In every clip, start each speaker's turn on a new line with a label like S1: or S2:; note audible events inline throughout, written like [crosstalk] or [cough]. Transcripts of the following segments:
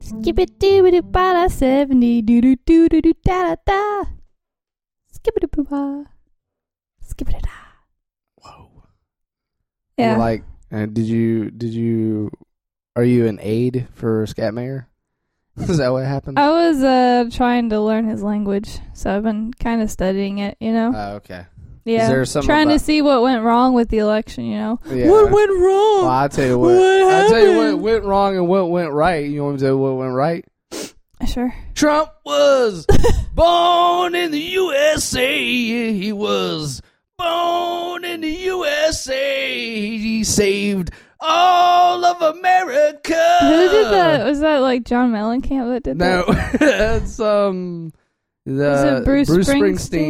S1: Skip it para 70 doo doo doo doo doo da da da. Skip it boo ba. Skip it da.
S2: Whoa.
S1: Yeah.
S2: You're like, uh, did you, did you, are you an aide for Scatmayer? [laughs] Is that what happened?
S1: I was uh, trying to learn his language, so I've been kind of studying it, you know?
S2: Oh, okay.
S1: yeah.
S2: there something
S1: trying to
S2: about-
S1: see what went wrong with the election, you know?
S2: Yeah.
S1: went wrong?
S2: well, I'll tell you what.
S1: What
S2: I'll tell you what
S1: happened?
S2: went wrong and what went right. You want me to tell you what went right?
S1: Sure.
S2: Trump
S1: [laughs]
S2: was born in the USA. He was born in the USA. He saved all of America.
S1: Who did that? Was that like John Mellencamp that did
S2: Uh, No, [laughs]
S1: that?
S2: it's um the
S1: Was it Bruce, Springsteen?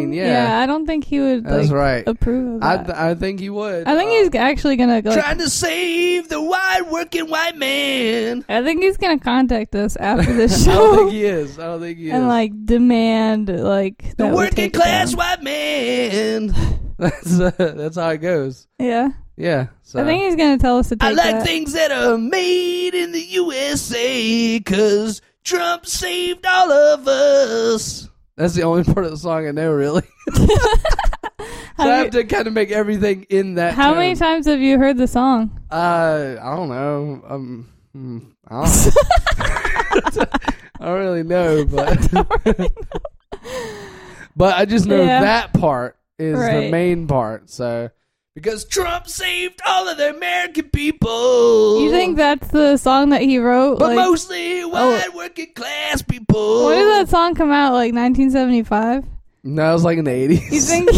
S2: Springsteen, Yeah,
S1: I don't think he would
S2: that's
S1: like,
S2: right.
S1: approve of
S2: I
S1: that.
S2: th- I think he would.
S1: I think
S2: Uh,
S1: he's actually gonna go.
S2: trying to save the wide working
S1: [laughs]
S2: white man.
S1: I think he's gonna contact us
S2: [laughs]
S1: after this
S2: I don't think
S1: show
S2: he is. I don't think he is.
S1: and like demand like
S2: the
S1: that we
S2: working
S1: take it
S2: class
S1: down. [laughs]
S2: white man. That's uh, that's how it goes.
S1: Yeah,
S2: Yeah. So.
S1: I think he's gonna tell us to take
S2: I like
S1: that.
S2: things that are made in the USA because Trump saved all of us. That's the only part of the song I know, really. so
S1: Have
S2: I
S1: you-
S2: have to kind of make everything in that.
S1: How
S2: tone.
S1: many times have you heard the song?
S2: Uh, I don't know. Um, mm, I don't. [laughs] I don't
S1: [laughs]
S2: really know, but [laughs] but I just know
S1: Yeah.
S2: that part is the
S1: Right.
S2: main part. So because Trump saved all of the American people,
S1: You think that's the song that he wrote?
S2: but
S1: like,
S2: mostly white working class people.
S1: when did that song come out? Like 1975?
S2: No, it was like in the eighties. [laughs]
S1: You think?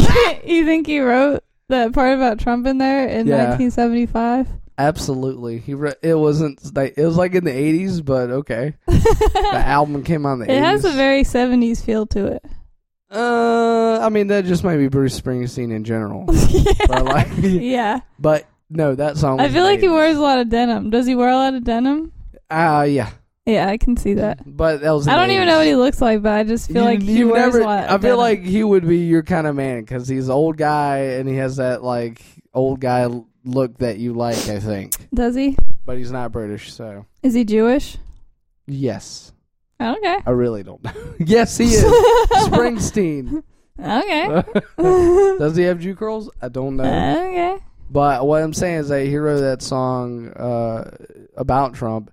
S1: you think he wrote that part about Trump in there in
S2: Yeah.
S1: 1975?
S2: Absolutely, he re- it wasn't. Like, it was like in the eighties, but okay. the album came out in the
S1: [laughs] It has a
S2: 80s.
S1: very 70s feel to it.
S2: Uh, I mean that just might be Bruce Springsteen in
S1: [laughs]
S2: general, but like, [laughs]
S1: yeah.
S2: but no, that song.
S1: I
S2: was
S1: feel like he
S2: made-
S1: wears a lot of denim. Does he wear a lot of denim?
S2: Ah, yeah,
S1: Yeah, I can see that.
S2: but that was.
S1: I
S2: in the
S1: don't even
S2: 80s.
S1: know what he looks like, but I just feel
S2: You-
S1: like he
S2: you've
S1: wears
S2: never-
S1: a lot. Of
S2: I
S1: denim.
S2: feel like he would be your kind of man because he's old guy and he has that like old guy l- look that you like. I think,
S1: Does he?
S2: but he's not British, so
S1: Is he Jewish?
S2: yes,
S1: Okay.
S2: I really don't know. [laughs] yes, he is
S1: [laughs]
S2: Springsteen. [laughs]
S1: Okay.
S2: Does he have Jew curls? I don't know.
S1: okay. [laughs]
S2: But what I'm saying is that he wrote that song uh, about Trump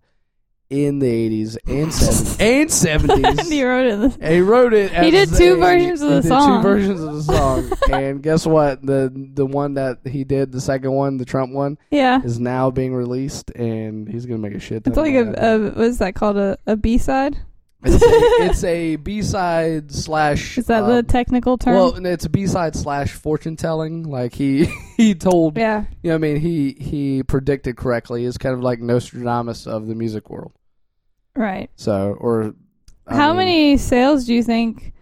S2: in the 80s and 70s. and
S1: [laughs] and he
S2: 70s.
S1: wrote it. in the-
S2: He wrote it.
S1: He
S2: as
S1: did two
S2: a-
S1: versions of
S2: he
S1: the
S2: did
S1: song.
S2: Two versions of
S1: [laughs]
S2: the song, and guess what? The the one that he did, the second one, the Trump one,
S1: Yeah.
S2: is now being released, and he's gonna make a shit.
S1: It's
S2: ton of
S1: like
S2: money
S1: a,
S2: off it.
S1: a what's that called a, a B side? [laughs]
S2: it's a, it's a B-side slash.
S1: Is that
S2: um,
S1: the technical term?
S2: well, no, it's a B-side slash fortune telling. Like he [laughs] he told
S1: yeah.
S2: you know, what I mean, he he predicted correctly. It's kind of like Nostradamus of the music world.
S1: Right.
S2: So, or I
S1: How
S2: mean,
S1: many sales do you think?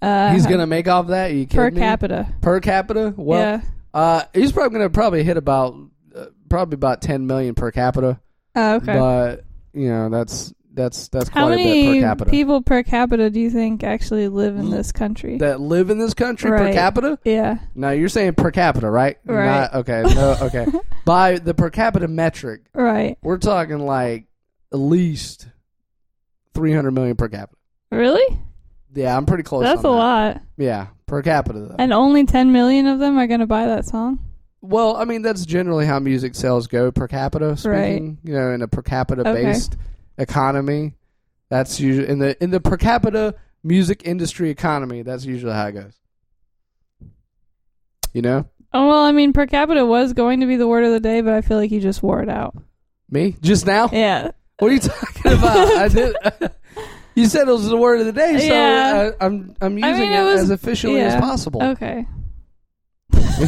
S1: Uh,
S2: He's gonna make off that? Are you kidding
S1: per
S2: me?
S1: capita.
S2: Per capita? Well,
S1: yeah.
S2: uh, he's probably gonna probably hit about uh, probably about ten million per capita.
S1: Oh, okay.
S2: But you know, that's that's that's
S1: How
S2: quite a
S1: many
S2: bit per capita.
S1: people per capita do you think actually live in this country?
S2: that live in this country per
S1: Right.
S2: capita?
S1: yeah.
S2: No, you're saying per capita, right?
S1: Right.
S2: Not- okay. No.
S1: [laughs]
S2: Okay. By the per capita metric,
S1: Right.
S2: we're talking like at least three hundred million per capita.
S1: Really?
S2: Yeah, I'm pretty close.
S1: That's a
S2: on that.
S1: lot.
S2: Yeah, per capita though.
S1: And only 10 million of them are going to buy that song?
S2: well, I mean that's generally how music sales go per capita. Speaking,
S1: Right.
S2: you know, in a per capita based economy, that's usually in the in the per capita music industry economy. That's usually how it goes. You know,
S1: Oh, well, I mean, per capita was going to be the word of the day, but I feel like you just wore it
S2: [laughs]
S1: out.
S2: me just now.
S1: Yeah.
S2: What are you talking
S1: [laughs]
S2: about? I did. [laughs] you said it was the word of the day, so
S1: Yeah.
S2: I, I'm I'm using
S1: I mean,
S2: it,
S1: it was-
S2: as officially as
S1: yeah.
S2: possible.
S1: Okay. [laughs]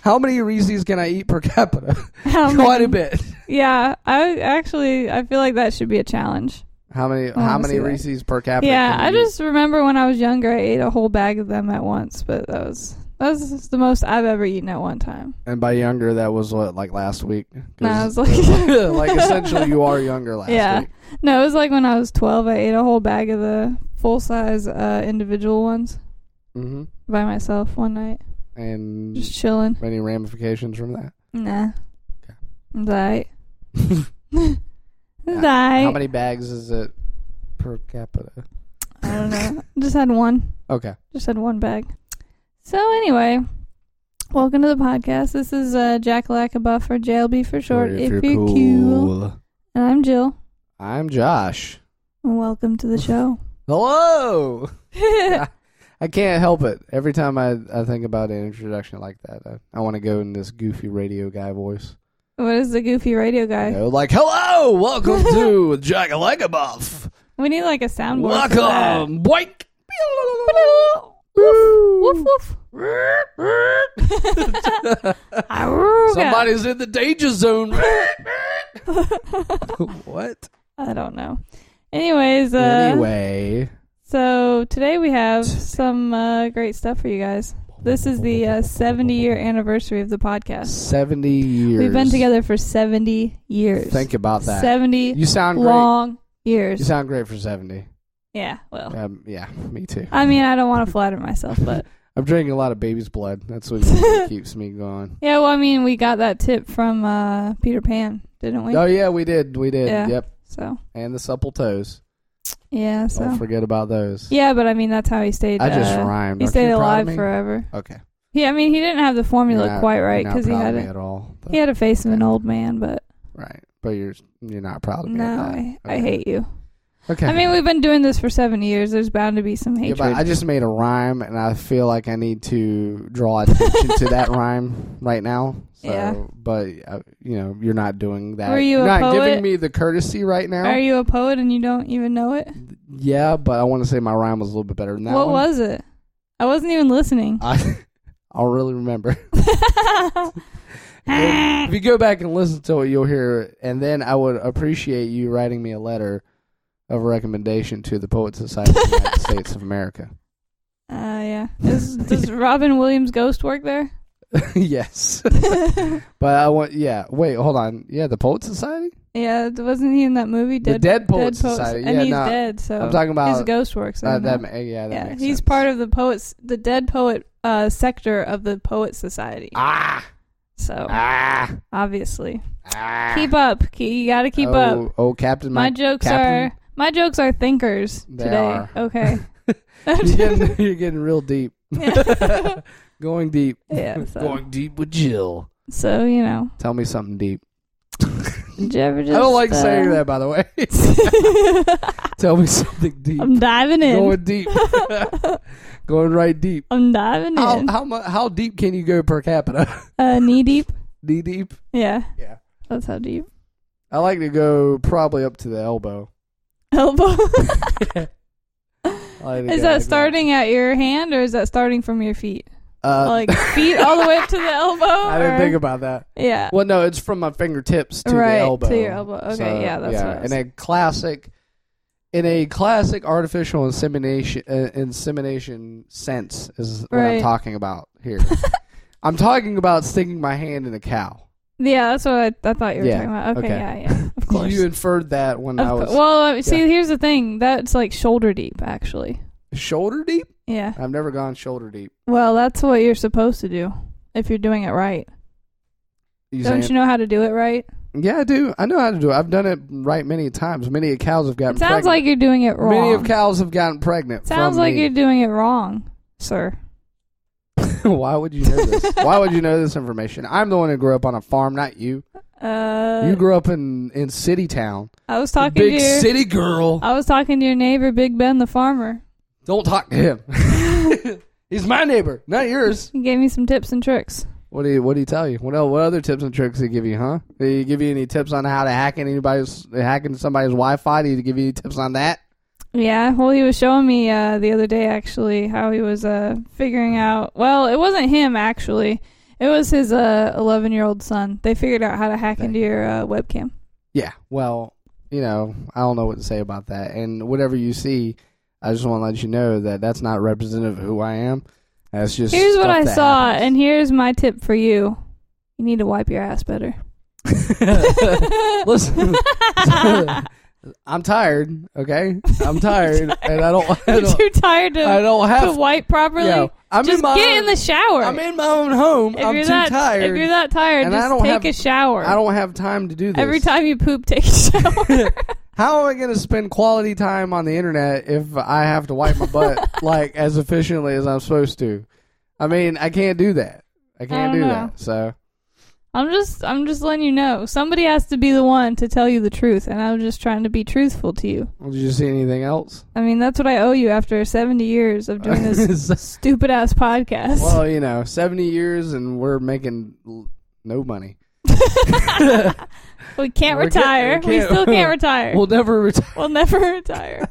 S2: how many Reese's can I eat per capita?
S1: How
S2: [laughs] Quite
S1: many-
S2: a bit.
S1: Yeah. I actually, I feel like that should be a challenge.
S2: How many
S1: wanna
S2: how many
S1: see that.
S2: Reese's per capita?
S1: yeah.
S2: can
S1: I
S2: you eat?
S1: just remember when I was younger, I ate a whole bag of them at once, but that was, that was the most I've ever eaten at one time.
S2: and by younger that was what like last week. 'Cause-
S1: And I was like, [laughs]
S2: [laughs] like essentially you are younger last
S1: Yeah.
S2: week.
S1: No, it was like when I was 12, I ate a whole bag of the full size uh, individual ones
S2: hmm
S1: by myself one night,
S2: And
S1: just chilling.
S2: many ramifications from that. [laughs]
S1: Nah. It was alright. It's
S2: How
S1: alright.
S2: many bags is it per capita?
S1: I don't know. Just had one.
S2: Okay.
S1: Just had one bag. So anyway, welcome to the podcast. This is uh, Jack Lackabuff or JLB for short. If, you're, cool. and I'm Jill.
S2: I'm Josh.
S1: And welcome to the show. [laughs]
S2: Hello. I can't help it. Every time I, I think about an introduction like that, I, I want to go in this goofy radio guy voice.
S1: what is the goofy radio guy?
S2: You know, like, hello, welcome to Jack Legabuff.
S1: We need like a soundboard. for that.
S2: Welcome, boink.
S1: Woof woof. [laughs] Arrgh.
S2: [laughs] Somebody's in the danger zone. [laughs] what?
S1: [laughs] I don't know. Anyways, uh,
S2: anyway,
S1: so today we have some uh, great stuff for you guys. This is the uh, 70 year anniversary of the podcast.
S2: 70 years.
S1: We've been together for 70 years.
S2: Think about that.
S1: 70
S2: You sound great.
S1: long
S2: You
S1: years.
S2: sound great for 70.
S1: Yeah, well.
S2: Um, yeah, me too.
S1: I mean, I don't want to flatter myself, but
S2: I'm drinking a lot of baby's blood. That's what
S1: [laughs]
S2: really keeps me going.
S1: yeah, well, I mean, we got that tip from uh, Peter Pan, didn't we?
S2: Oh, yeah, we did. We did.
S1: Yeah.
S2: Yep.
S1: So,
S2: And the supple toes.
S1: yeah, so.
S2: Don't forget about those.
S1: Yeah, but I mean, that's how he stayed.
S2: Oh, I just
S1: uh,
S2: rhymed.
S1: He
S2: Aren't
S1: stayed
S2: you proud of
S1: alive
S2: me?
S1: forever.
S2: Okay.
S1: Yeah, I mean, he didn't have the formula
S2: You're not-
S1: quite right
S2: you're not
S1: because he
S2: proud
S1: had
S2: of me
S1: a,
S2: at all. though.
S1: he had a face of an old man, but
S2: Right. But you're you're not proud of me.
S1: no,
S2: at that.
S1: I, I
S2: Okay.
S1: hate you.
S2: Okay.
S1: I mean, we've been doing this for seven years. There's bound to be some
S2: Yeah,
S1: hatred.
S2: but I just made a rhyme, and I feel like I need to draw attention to
S1: [laughs]
S2: that rhyme right now. So,
S1: Yeah.
S2: But uh, you know, you're not doing that.
S1: Were you
S2: are
S1: a
S2: not
S1: poet?
S2: giving me the courtesy right now.
S1: Are you a poet and you don't even know it?
S2: Yeah, but I want to say my rhyme was a little bit better than that.
S1: What
S2: one.
S1: was it? I wasn't even listening.
S2: I? I'll really remember.
S1: Uh,
S2: if you go back and listen to it, you'll hear it. And then I would appreciate you writing me a letter of recommendation to the Poet Society of the United States of America. [laughs]
S1: Uh, yeah. Does, does Robin Williams Ghost work
S2: [laughs]
S1: there?
S2: yes. But I want, yeah. Wait, hold on. Yeah, the Poet Society,
S1: yeah, wasn't he in that movie?
S2: the Dead Poet
S1: Poets-
S2: Society.
S1: and
S2: yeah,
S1: he's
S2: no,
S1: dead, so
S2: I'm talking
S1: his
S2: about
S1: Oh. ghost works.
S2: uh,
S1: in
S2: that.
S1: it.
S2: ma- yeah, that
S1: yeah,
S2: makes
S1: he's
S2: sense.
S1: part of the poets, the dead poet uh, sector of the poet society.
S2: Ah,
S1: so
S2: ah,
S1: obviously,
S2: ah.
S1: Oh. keep up. Ke- You got to keep
S2: oh,
S1: up.
S2: Oh, Captain,
S1: My [laughs]
S2: Mike,
S1: jokes
S2: Captain?
S1: are my jokes are thinkers
S2: They
S1: today.
S2: are. [laughs]
S1: Okay. [laughs]
S2: you're getting, you're getting real deep. [laughs]
S1: yeah.
S2: Going deep.
S1: Yeah, so-
S2: Going deep with Jill.
S1: So you know,
S2: Tell me something deep. [laughs]
S1: did you ever just,
S2: I don't like
S1: uh,
S2: saying that, by the way. [laughs] Tell me something
S1: [laughs]
S2: deep.
S1: I'm diving in.
S2: Going deep. [laughs] Going right deep.
S1: [laughs] I'm diving
S2: How
S1: in.
S2: how mu- how deep can you go per capita? [laughs]
S1: Uh, knee deep.
S2: Knee deep.
S1: Yeah,
S2: Yeah.
S1: that's how deep. [laughs]
S2: I like to go probably up to the elbow. [laughs]
S1: Elbow.
S2: I like to
S1: is
S2: go like
S1: that starting at your hand or is that starting from your feet?
S2: Uh, [laughs]
S1: like feet all the way up to the elbow?
S2: I didn't
S1: or-
S2: think about that.
S1: Yeah.
S2: Well, no, it's from my fingertips to
S1: right
S2: the elbow.
S1: to your elbow. Okay,
S2: So,
S1: yeah, that's what. I was-
S2: in a classic, in a classic artificial insemination uh, insemination sense is what
S1: Right.
S2: I'm talking about
S1: [laughs]
S2: here. I'm talking about sticking my hand in a cow.
S1: yeah, that's what I, I thought you were
S2: Yeah,
S1: talking about. Okay,
S2: okay.
S1: yeah, yeah, of course.
S2: [laughs] You inferred that when
S1: Of
S2: I
S1: cour-
S2: was
S1: well, uh, see, here's the thing. That's like shoulder deep, actually.
S2: shoulder deep.
S1: Yeah.
S2: I've never gone shoulder deep.
S1: Well, that's what you're supposed to do if you're doing it right.
S2: You
S1: Don't
S2: saying-
S1: you know how to do it right?
S2: Yeah, I do. I know how to do it. I've done it right many times. Many of cows have gotten
S1: It sounds like
S2: pregnant.
S1: you're doing it wrong.
S2: many of cows have gotten pregnant.
S1: sounds
S2: from
S1: like
S2: me.
S1: you're doing it wrong, sir.
S2: [laughs] Why would you know this? Why would you know this information? I'm the one who grew up on a farm, not you.
S1: Uh,
S2: you grew up in in city town.
S1: I was talking
S2: Big
S1: to your, Uh,
S2: city girl.
S1: I was talking to your neighbor, Big Ben the farmer.
S2: Don't talk to him. [laughs] He's my neighbor, not yours.
S1: He gave me some tips and tricks.
S2: What do you What do you tell you? What el What other tips and tricks did he give you? Huh? Did he give you any tips on how to hack anybody's hack into somebody's Wi-Fi? Did he give you any tips on that?
S1: Yeah, well, he was showing me uh, the other day actually how he was uh, figuring out. Well, it wasn't him actually; it was his uh, eleven-year-old son. They figured out how to hack
S2: Dang.
S1: into your uh, webcam.
S2: Yeah. Well, you know, I don't know what to say about that. And whatever you see, I just want to let you know that that's not representative of who I am. That's just
S1: Here's what
S2: stuff
S1: I
S2: that
S1: saw,
S2: happens.
S1: and here's my tip for you: you need to wipe your ass
S2: [laughs]
S1: better. [laughs]
S2: Listen, [laughs] I'm tired. Okay, I'm tired, and I don't. I
S1: [laughs]
S2: don't,
S1: Too tired to,
S2: I don't
S1: to
S2: have.
S1: wipe properly.
S2: you know, I'm
S1: Just
S2: in my
S1: get
S2: own,
S1: in the shower.
S2: I'm in my own home.
S1: if
S2: I'm
S1: you're
S2: too
S1: that,
S2: tired.
S1: If you're that tired,
S2: And I
S1: just
S2: don't
S1: take
S2: have-
S1: a shower.
S2: I don't have time to do this.
S1: Every time you poop, take a [laughs]
S2: [laughs]
S1: shower.
S2: How am I going to spend quality time on the internet if I have to wipe
S1: [laughs]
S2: my butt like as efficiently as I'm supposed to? I mean, I can't do that. I can't
S1: don't
S2: do
S1: know.
S2: that. So
S1: I'm just I'm just letting you know. Somebody has to be the one to tell you the truth, and I'm just trying to be truthful to you.
S2: did you see anything else?
S1: I mean, that's what I owe you after 70 years of
S2: [laughs]
S1: doing this stupid ass podcast.
S2: well,
S1: [laughs]
S2: you know, seventy years and we're making l- no money.
S1: we can't
S2: we can't-
S1: retire.
S2: we
S1: We,
S2: can't-
S1: still
S2: [laughs]
S1: can't retire.
S2: We'll
S1: We'll,
S2: never retire.
S1: never [laughs] retire.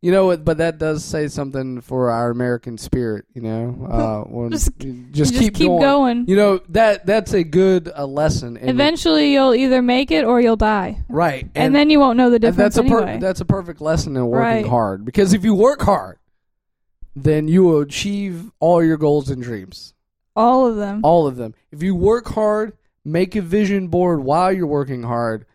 S2: You know what? But that does say something for our American spirit. You
S1: [laughs]
S2: know, uh, when,
S1: Just-
S2: you
S1: You
S2: just,
S1: just keep, going.
S2: You know that that's a good uh, lesson. In
S1: Eventually, you'll either make it or you'll die,
S2: right?
S1: and, then you won't know the
S2: And
S1: difference
S2: that's a per-
S1: anyway.
S2: that's a perfect lesson in working
S1: Right.
S2: hard because if you work hard, then you will achieve all your goals and dreams,
S1: All of them.
S2: all of them. If you work hard, make a vision board while you're working hard.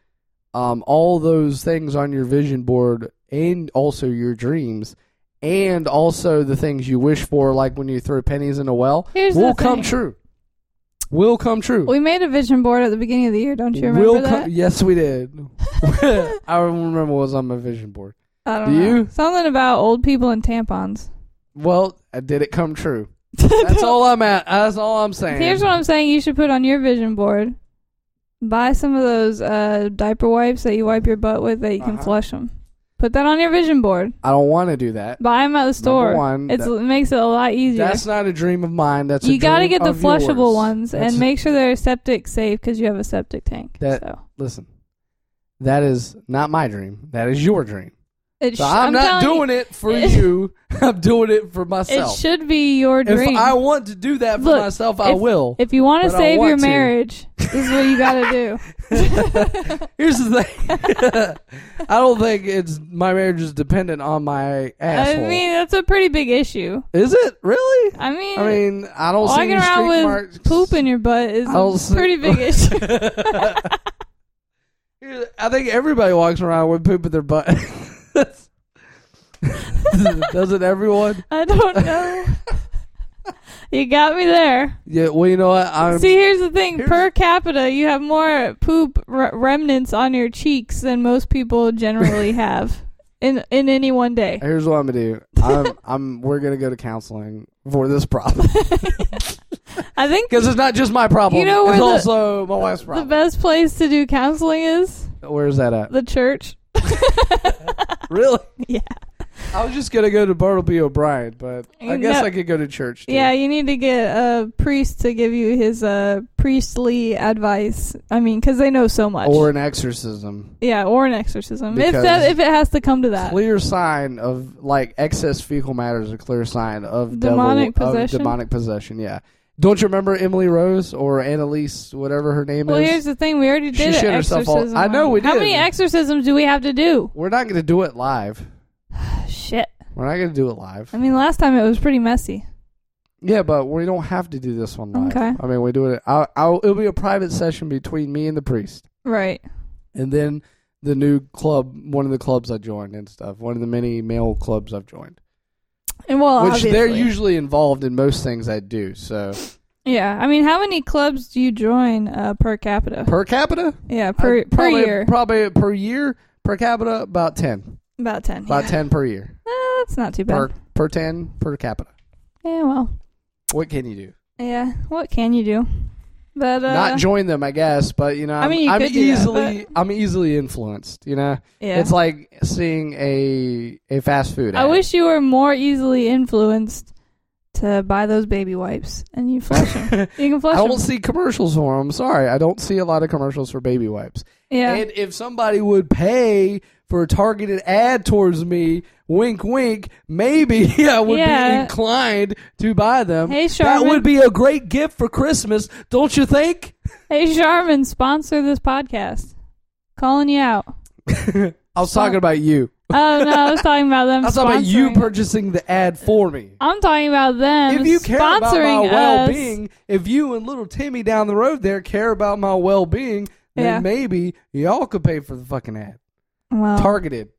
S2: Um, all those things on your vision board, and also your dreams, and also the things you wish for, like when you throw pennies in a well,
S1: Here's
S2: will
S1: the thing.
S2: come true. Will come true.
S1: We made a vision board at the beginning of the year. Don't you remember
S2: will
S1: that?
S2: come. Yes, we did.
S1: [laughs]
S2: [laughs] I remember what was on my vision board.
S1: I don't
S2: Do
S1: know.
S2: you?
S1: Something about old people and tampons. [laughs]
S2: Well, uh, did it come true? That's all I'm at. That's all I'm saying.
S1: Here's what I'm saying you should put on your vision board. Buy some of those uh, diaper wipes that you wipe your butt with that you can
S2: Uh-huh.
S1: flush them. Put that on your vision board.
S2: I don't want to do that.
S1: Buy them at the store.
S2: one,
S1: it's,
S2: that-
S1: it makes it a lot easier.
S2: That's not a dream of mine. That's
S1: you
S2: got to
S1: get the flushable ones
S2: That's
S1: and
S2: a-
S1: make sure they're septic safe because you have a septic tank.
S2: That-
S1: so
S2: Listen, that is not my dream. That is your dream.
S1: it
S2: So I'm, not
S1: telling you,
S2: doing
S1: [laughs]
S2: it for you. I'm doing it for
S1: It
S2: myself.
S1: should be your dream.
S2: If I want to do that for
S1: Look,
S2: myself, I
S1: if-
S2: will.
S1: If [laughs] you want
S2: But
S1: to
S2: I
S1: save
S2: want
S1: your
S2: to.
S1: marriage, this is what you got to do.
S2: [laughs] Here's the thing. [laughs] I don't think it's my marriage is dependent on my [laughs]
S1: [laughs]
S2: asshole.
S1: I mean, that's a pretty big issue.
S2: is it really?
S1: I mean,
S2: I mean, I don't see
S1: walking
S2: any
S1: around
S2: streak
S1: with
S2: marks.
S1: poop in your butt is
S2: I don't
S1: a
S2: see-
S1: pretty big issue. [laughs]
S2: [laughs] I think everybody walks around with poop in their butt. [laughs] Doesn't everyone?
S1: I don't
S2: [laughs]
S1: know. you got me there.
S2: Yeah. Well, you know what? I'm,
S1: See, here's the thing:
S2: Um, Here's-
S1: per capita, you have more poop re- remnants on your cheeks than most people
S2: [laughs]
S1: generally have in in any one day.
S2: here's what I'm gonna do. I'm, I'm. We're gonna go to counseling for this problem [laughs]
S1: [laughs] I think
S2: because it's not just my problem.
S1: You know
S2: it's
S1: where the-
S2: also my wife's
S1: the
S2: problem.
S1: best place to do counseling is
S2: Where's that at?
S1: the church. [laughs]
S2: [laughs] really?
S1: Yeah.
S2: I was just gonna go to Bartleby O'Brien, but I
S1: You
S2: guess
S1: know-
S2: I could go to church. Too.
S1: Yeah, you need to get a priest to give you his uh, priestly advice. I mean, because they know so much.
S2: Or an exorcism.
S1: yeah, or an exorcism. If
S2: Because-
S1: that, if it has to come to that,
S2: clear sign of like excess fecal matter is a clear sign of
S1: Demonic
S2: devil,
S1: possession?
S2: Of demonic possession, yeah. Don't you remember Emily Rose or Annalise, whatever her name
S1: Well, here's
S2: is?
S1: the thing: we already
S2: She
S1: did an
S2: shit herself all-
S1: exorcism.
S2: I know
S1: on-
S2: we
S1: How
S2: did.
S1: many exorcisms do we have to do? [sighs]
S2: We're not going to do it live.
S1: Shit.
S2: We're not going to do it live.
S1: I mean, last time it was pretty messy.
S2: Yeah, but we don't have to do this one live.
S1: Okay.
S2: I mean, we do it. I'll, I'll, it'll be a private session between me and the priest,
S1: Right.
S2: and then the new club, one of the clubs I joined and stuff, one of the many male clubs I've joined,
S1: And well,
S2: which
S1: obviously.
S2: they're usually involved in most things I do. So
S1: yeah. I mean, how many clubs do you join uh, per capita?
S2: per capita,
S1: yeah, per
S2: Uh,
S1: per
S2: probably,
S1: year,
S2: Probably per year per capita about ten.
S1: about ten.
S2: About
S1: yeah.
S2: ten per year.
S1: Uh, that's not too bad.
S2: Per per ten per capita.
S1: yeah. Well.
S2: What can you do?
S1: Yeah. What can you do? But uh,
S2: Not join them, I guess, but you know, I'm,
S1: mean, you
S2: I'm
S1: could do that,
S2: easily I'm easily influenced. You know,
S1: yeah.
S2: it's like seeing a a fast food.
S1: I
S2: ad.
S1: wish you were more easily influenced to buy those baby wipes and you
S2: [laughs]
S1: flush them.
S2: [laughs] I
S1: You can flush
S2: don't
S1: them.
S2: see commercials for them. I'm sorry, I don't see a lot of commercials for baby wipes.
S1: Yeah.
S2: And if somebody would pay for a targeted ad towards me, wink, wink, maybe [laughs] I would be
S1: Yeah.
S2: inclined to buy them.
S1: Hey,
S2: That
S1: Charmin.
S2: would be a great gift for Christmas, don't you think?
S1: Hey, Charmin, sponsor this podcast. Calling you out.
S2: I was talking about you.
S1: Oh no, I was talking about them.
S2: [laughs] I was talking about you
S1: sponsoring-
S2: purchasing the ad for me.
S1: I'm talking about them.
S2: If you care
S1: sponsoring
S2: about my
S1: us.
S2: well-being, if you and little Timmy down the road there care about my well-being, then
S1: Yeah. Oh.
S2: maybe y'all could pay for the fucking ad.
S1: well,
S2: Targeted.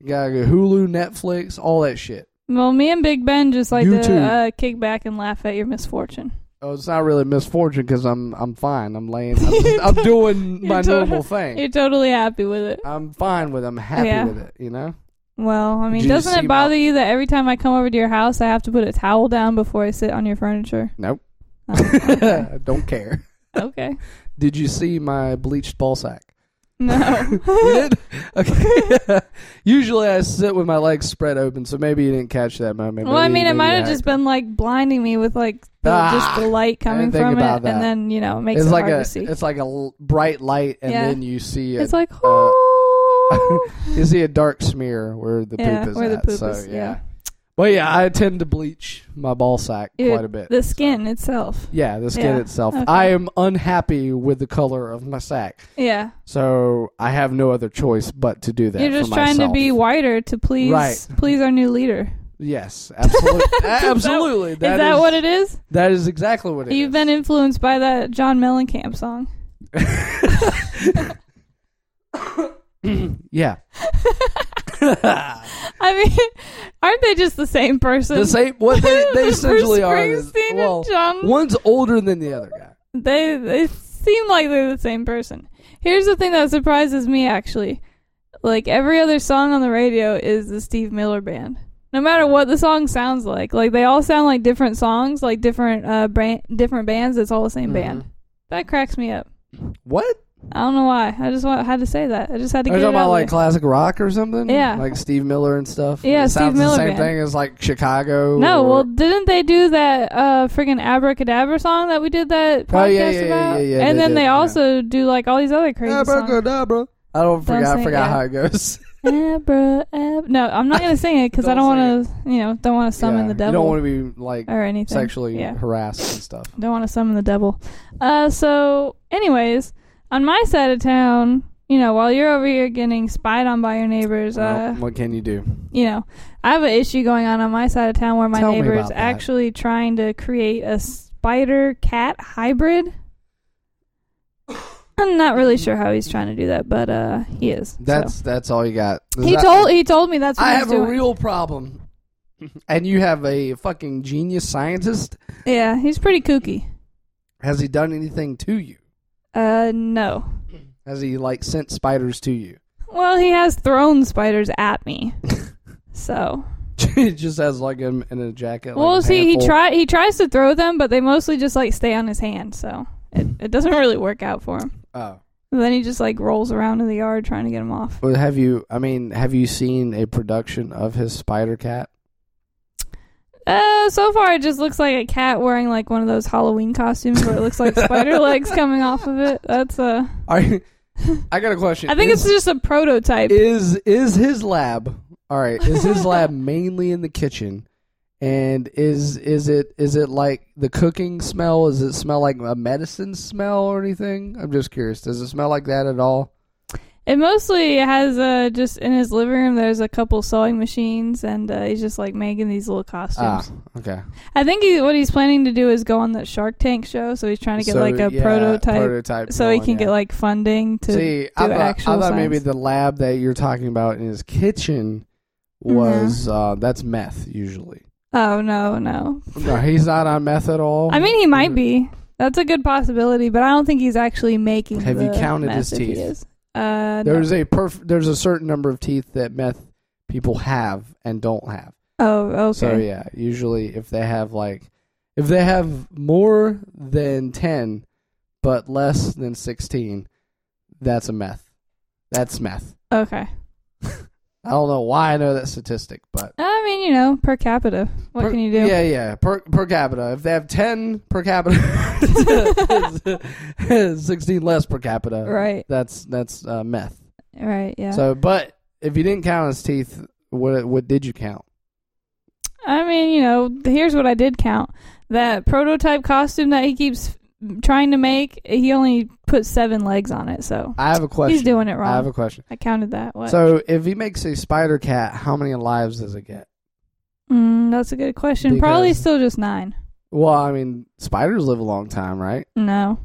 S2: You gotta go Hulu, Netflix, all that shit.
S1: Well, me and Big Ben just like
S2: You
S1: to
S2: too.
S1: uh, kick back and laugh at your misfortune.
S2: Oh, it's not really misfortune because I'm I'm fine. I'm laying.
S1: [laughs]
S2: I'm, I'm doing
S1: You're
S2: my
S1: totally- [laughs]
S2: normal thing.
S1: You're totally happy with it.
S2: I'm fine with. it. I'm happy
S1: Yeah.
S2: with it. You know. [laughs]
S1: Well, I mean,
S2: Did you see
S1: doesn't
S2: my-
S1: it bother you that every time I come over to your house, I have to put a towel down before I sit on your
S2: [laughs]
S1: furniture?
S2: Nope.
S1: Oh, okay.
S2: I don't care.
S1: okay.
S2: Did you see my bleached
S1: [laughs]
S2: ball sack?
S1: No.
S2: You did? Okay. [laughs] Usually I sit with my legs spread open, so maybe you didn't catch that moment.
S1: well, I
S2: Maybe-
S1: mean, it
S2: maybe
S1: might have
S2: I-
S1: just been like blinding me with like the,
S2: Ah,
S1: just the light coming
S2: didn't think
S1: from it,
S2: about that.
S1: and then you know it makes
S2: It's
S1: it
S2: like
S1: hard to
S2: a
S1: see. It's,
S2: it's like a l- bright light, and
S1: Yeah.
S2: then you see a,
S1: like
S2: uh, [laughs]
S1: oh,
S2: you see a dark smear where the
S1: yeah,
S2: poop is
S1: where the
S2: at,
S1: poop
S2: so,
S1: is.
S2: yeah.
S1: yeah.
S2: But yeah, I tend to bleach my ball sack
S1: It-
S2: quite a bit.
S1: the skin itself.
S2: Yeah, the skin
S1: Yeah,
S2: itself.
S1: okay.
S2: I am unhappy with the color of my sack,
S1: Yeah,
S2: so I have no other choice but to do that.
S1: you're
S2: for
S1: just trying to
S2: myself.
S1: be whiter to please
S2: Right.
S1: please our new leader.
S2: Yes,
S1: [laughs]
S2: absolutely. absolutely.
S1: Is that
S2: is-
S1: what it is?
S2: That is exactly what it
S1: You've been influenced by that John Mellencamp song.
S2: [clears throat] yeah. the
S1: I mean, [laughs] aren't they just the same person?
S2: same.
S1: [laughs]
S2: What they, they
S1: Bruce
S2: essentially are. is-
S1: Springsteen and
S2: Well,
S1: John.
S2: one's older than the other guy.
S1: They they seem like they're the same person. Here's the thing that surprises me actually. Like every other song on the radio is the Steve Miller band. No matter what the song sounds like, like they all sound like different songs, like different uh brand, different bands. It's all the same band. That cracks me up.
S2: What?
S1: I don't know why. I just want, had to say that. I just had to
S2: Are you
S1: get it
S2: talking
S1: out.
S2: about like
S1: there.
S2: classic rock or something?
S1: Yeah.
S2: Like Steve Miller and stuff?
S1: Yeah,
S2: it
S1: Steve
S2: sounds
S1: Miller
S2: the same
S1: band.
S2: thing as like Chicago.
S1: no,
S2: or-
S1: well, didn't they do that uh friggin' abracadabra song that we did that podcast
S2: Oh, yeah, yeah, yeah,
S1: about?
S2: yeah, yeah,
S1: and
S2: they
S1: then
S2: did,
S1: they
S2: yeah.
S1: also do like all these other crazy songs.
S2: Abracadabra. I don't,
S1: Don't
S2: forget.
S1: say
S2: I
S1: it,
S2: forgot
S1: yeah.
S2: how it
S1: [laughs]
S2: goes.
S1: Abra, ab- no, I'm not gonna sing it because I
S2: Don't
S1: don't want to, you know, don't want to summon
S2: Yeah,
S1: the
S2: You
S1: devil
S2: don't want to be like
S1: or anything.
S2: sexually
S1: yeah,
S2: harassed and stuff.
S1: don't want to summon the devil. Uh, so, anyways, on my side of town, you know, while you're over here getting spied on by your neighbors,
S2: Well,
S1: uh,
S2: what can you do?
S1: you know, I have an issue going on on my side of town where my
S2: Tell me
S1: neighbor
S2: about
S1: is
S2: that.
S1: actually trying to create a spider cat
S2: [coughs]
S1: hybrid. I'm not really sure how he's trying to do that, but uh, he is. so.
S2: That's that's all you got. Is
S1: he
S2: that-
S1: told he told me that's what
S2: I
S1: he's
S2: have
S1: doing.
S2: a real problem, and you have a fucking genius scientist.
S1: Yeah, he's pretty kooky.
S2: Has he done anything to you?
S1: Uh, no.
S2: Has he like sent spiders to you? [laughs]
S1: Well, he has thrown spiders at me. so,
S2: he just has like him in a jacket.
S1: well,
S2: like, a
S1: see, he
S2: handful.
S1: try he tries to throw them, but they mostly just like stay on his hand, so it it doesn't really work out for him.
S2: Oh,
S1: And then he just like rolls around in the yard trying to get them off.
S2: well, have you? I mean, have you seen a production of his spider cat?
S1: Uh, so far it just looks like a cat wearing like one of those Halloween costumes where it looks like
S2: [laughs]
S1: spider legs coming off of it. That's uh,
S2: Are you, [laughs] I got a question.
S1: I think it's
S2: is,
S1: just a prototype.
S2: is is his lab all right? Is
S1: [laughs]
S2: his lab mainly in the kitchen? And is is it is it like the cooking smell? Does it smell like a medicine smell or anything? I'm just curious. Does it smell like that at all?
S1: It mostly has uh, just in his living room. There's a couple sewing machines, and uh, he's just like making these little costumes.
S2: Ah, okay.
S1: I think he, what he's planning to do is go on that Shark Tank show, so he's trying to get
S2: So,
S1: like a
S2: yeah,
S1: prototype,
S2: prototype
S1: so he
S2: going,
S1: can
S2: yeah.
S1: get like funding to.
S2: See, I
S1: do
S2: thought,
S1: actual
S2: I thought
S1: science.
S2: maybe the lab that you're talking about in his kitchen
S1: Mm-hmm.
S2: was uh, that's meth usually.
S1: oh no, no.
S2: No, he's not on meth at all.
S1: I mean, he
S2: mm-hmm.
S1: might be. That's a good possibility, but I don't think he's actually making.
S2: Have you
S1: the
S2: counted
S1: mess
S2: his
S1: if he
S2: teeth?
S1: is. Uh, no.
S2: there's a perf- there's a certain number of teeth that meth people have and don't have.
S1: Oh, okay.
S2: So yeah, usually if they have like if they have more than 10 but less than 16, that's a meth. That's meth.
S1: Okay.
S2: I don't know why I know that statistic, but
S1: I mean, you know, per capita. What
S2: Per-
S1: can you do?
S2: Yeah, yeah. Per per capita. If they have ten per
S1: [laughs]
S2: capita, [laughs] sixteen less per capita.
S1: Right.
S2: That's that's uh, meth.
S1: Right. Yeah.
S2: So, but if you didn't count his teeth, what what did you count?
S1: I mean, you know, here's what I did count. That prototype costume that he keeps trying to make, he only put seven legs on it, so
S2: I have a question.
S1: he's doing it
S2: I have
S1: wrong. I
S2: a question.
S1: counted that. What?
S2: So, if he makes a spider cat, how many lives does it get?
S1: mm, that's a good question.
S2: Because-
S1: Probably still just nine.
S2: Well, I mean, spiders live a long time, right? [laughs]
S1: No,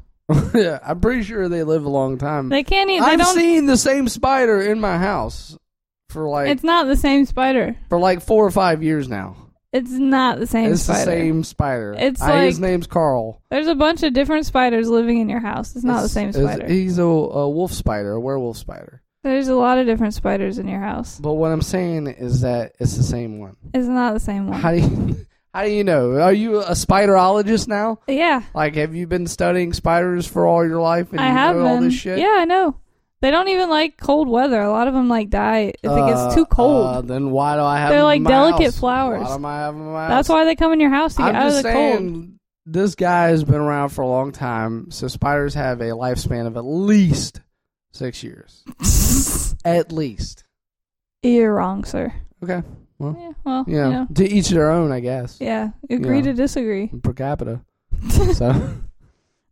S2: yeah, I'm pretty sure they live a long time.
S1: they can't eat. They
S2: Mm. I've
S1: don't.
S2: seen the same spider in my house for like
S1: it's not the same spider.
S2: for like four or five years now.
S1: It's not the same
S2: it's
S1: spider.
S2: the same spider.
S1: It's
S2: I- his
S1: like-
S2: name's Carl.
S1: There's a bunch of different spiders living in your house. It's not the
S2: It's- e-,
S1: same
S2: it's-
S1: spider.
S2: He's a, a wolf spider, a werewolf spider.
S1: There's a lot of different spiders in your house.
S2: But what I'm saying is that it's the same one.
S1: It's not the same one.
S2: How do you [laughs] how do you know? Are you a spiderologist now?
S1: yeah,
S2: Like, have you been studying spiders for all your life and
S1: I
S2: you
S1: have
S2: know
S1: been.
S2: all this shit?
S1: Yeah, I know. They don't even like cold weather. A lot of them like die if it
S2: Uh,
S1: gets too cold.
S2: uh, then why do I have?
S1: They're
S2: them
S1: like
S2: in my
S1: delicate
S2: house?
S1: flowers.
S2: Why do I have them in my
S1: That's
S2: house?
S1: why they come in your house to get
S2: uh, I'm
S1: out of
S2: just
S1: the
S2: saying,
S1: cold.
S2: this guy has been around for a long time. So spiders have a lifespan of at least six years, at least.
S1: [laughs] You're wrong, sir.
S2: Okay, well,
S1: Yeah, well,
S2: yeah.
S1: you know.
S2: To each their own, I guess.
S1: Yeah, agree
S2: Yeah.
S1: to disagree. [laughs]
S2: Per capita. So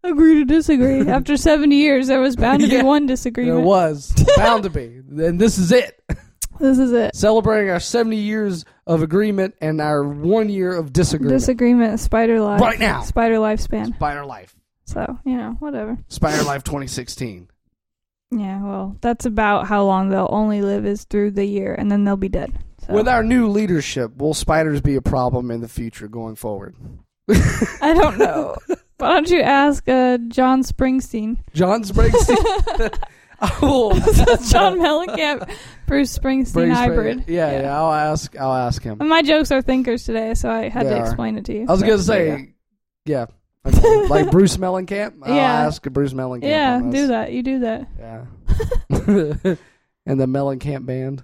S1: agree to
S2: [laughs]
S1: disagree. After 70 years, there was bound to
S2: Yeah.
S1: be one
S2: there
S1: disagreement.
S2: was bound to be. And this is it.
S1: This is it.
S2: Celebrating our 70 years of agreement and our one year of disagreement.
S1: Disagreement, spider life.
S2: Right now.
S1: Spider lifespan.
S2: Spider Life.
S1: So, you know, whatever.
S2: Spider Life 2016.
S1: Yeah, well, that's about how long they'll only live is through the year, and then they'll be dead. So.
S2: [laughs] With our new leadership, will spiders be a problem in the future going forward?
S1: [laughs] I don't know. Why don't you ask uh, John Springsteen?
S2: [laughs]
S1: [laughs]
S2: John Springsteen. oh,
S1: That's John Mellencamp, Bruce Springsteen
S2: Bruce Spring-
S1: hybrid.
S2: Yeah, yeah, I'll ask. I'll ask him.
S1: And my jokes are thinkers today, so I had
S2: They
S1: to
S2: are.
S1: explain it to you.
S2: I was
S1: So,
S2: gonna
S1: there you
S2: say, yeah,
S1: [laughs]
S2: Okay. like Bruce Mellencamp. I'll
S1: Yeah.
S2: ask Bruce Mellencamp.
S1: go. yeah,
S2: on this.
S1: do that. You do that
S2: Yeah. [laughs] and the Mellencamp band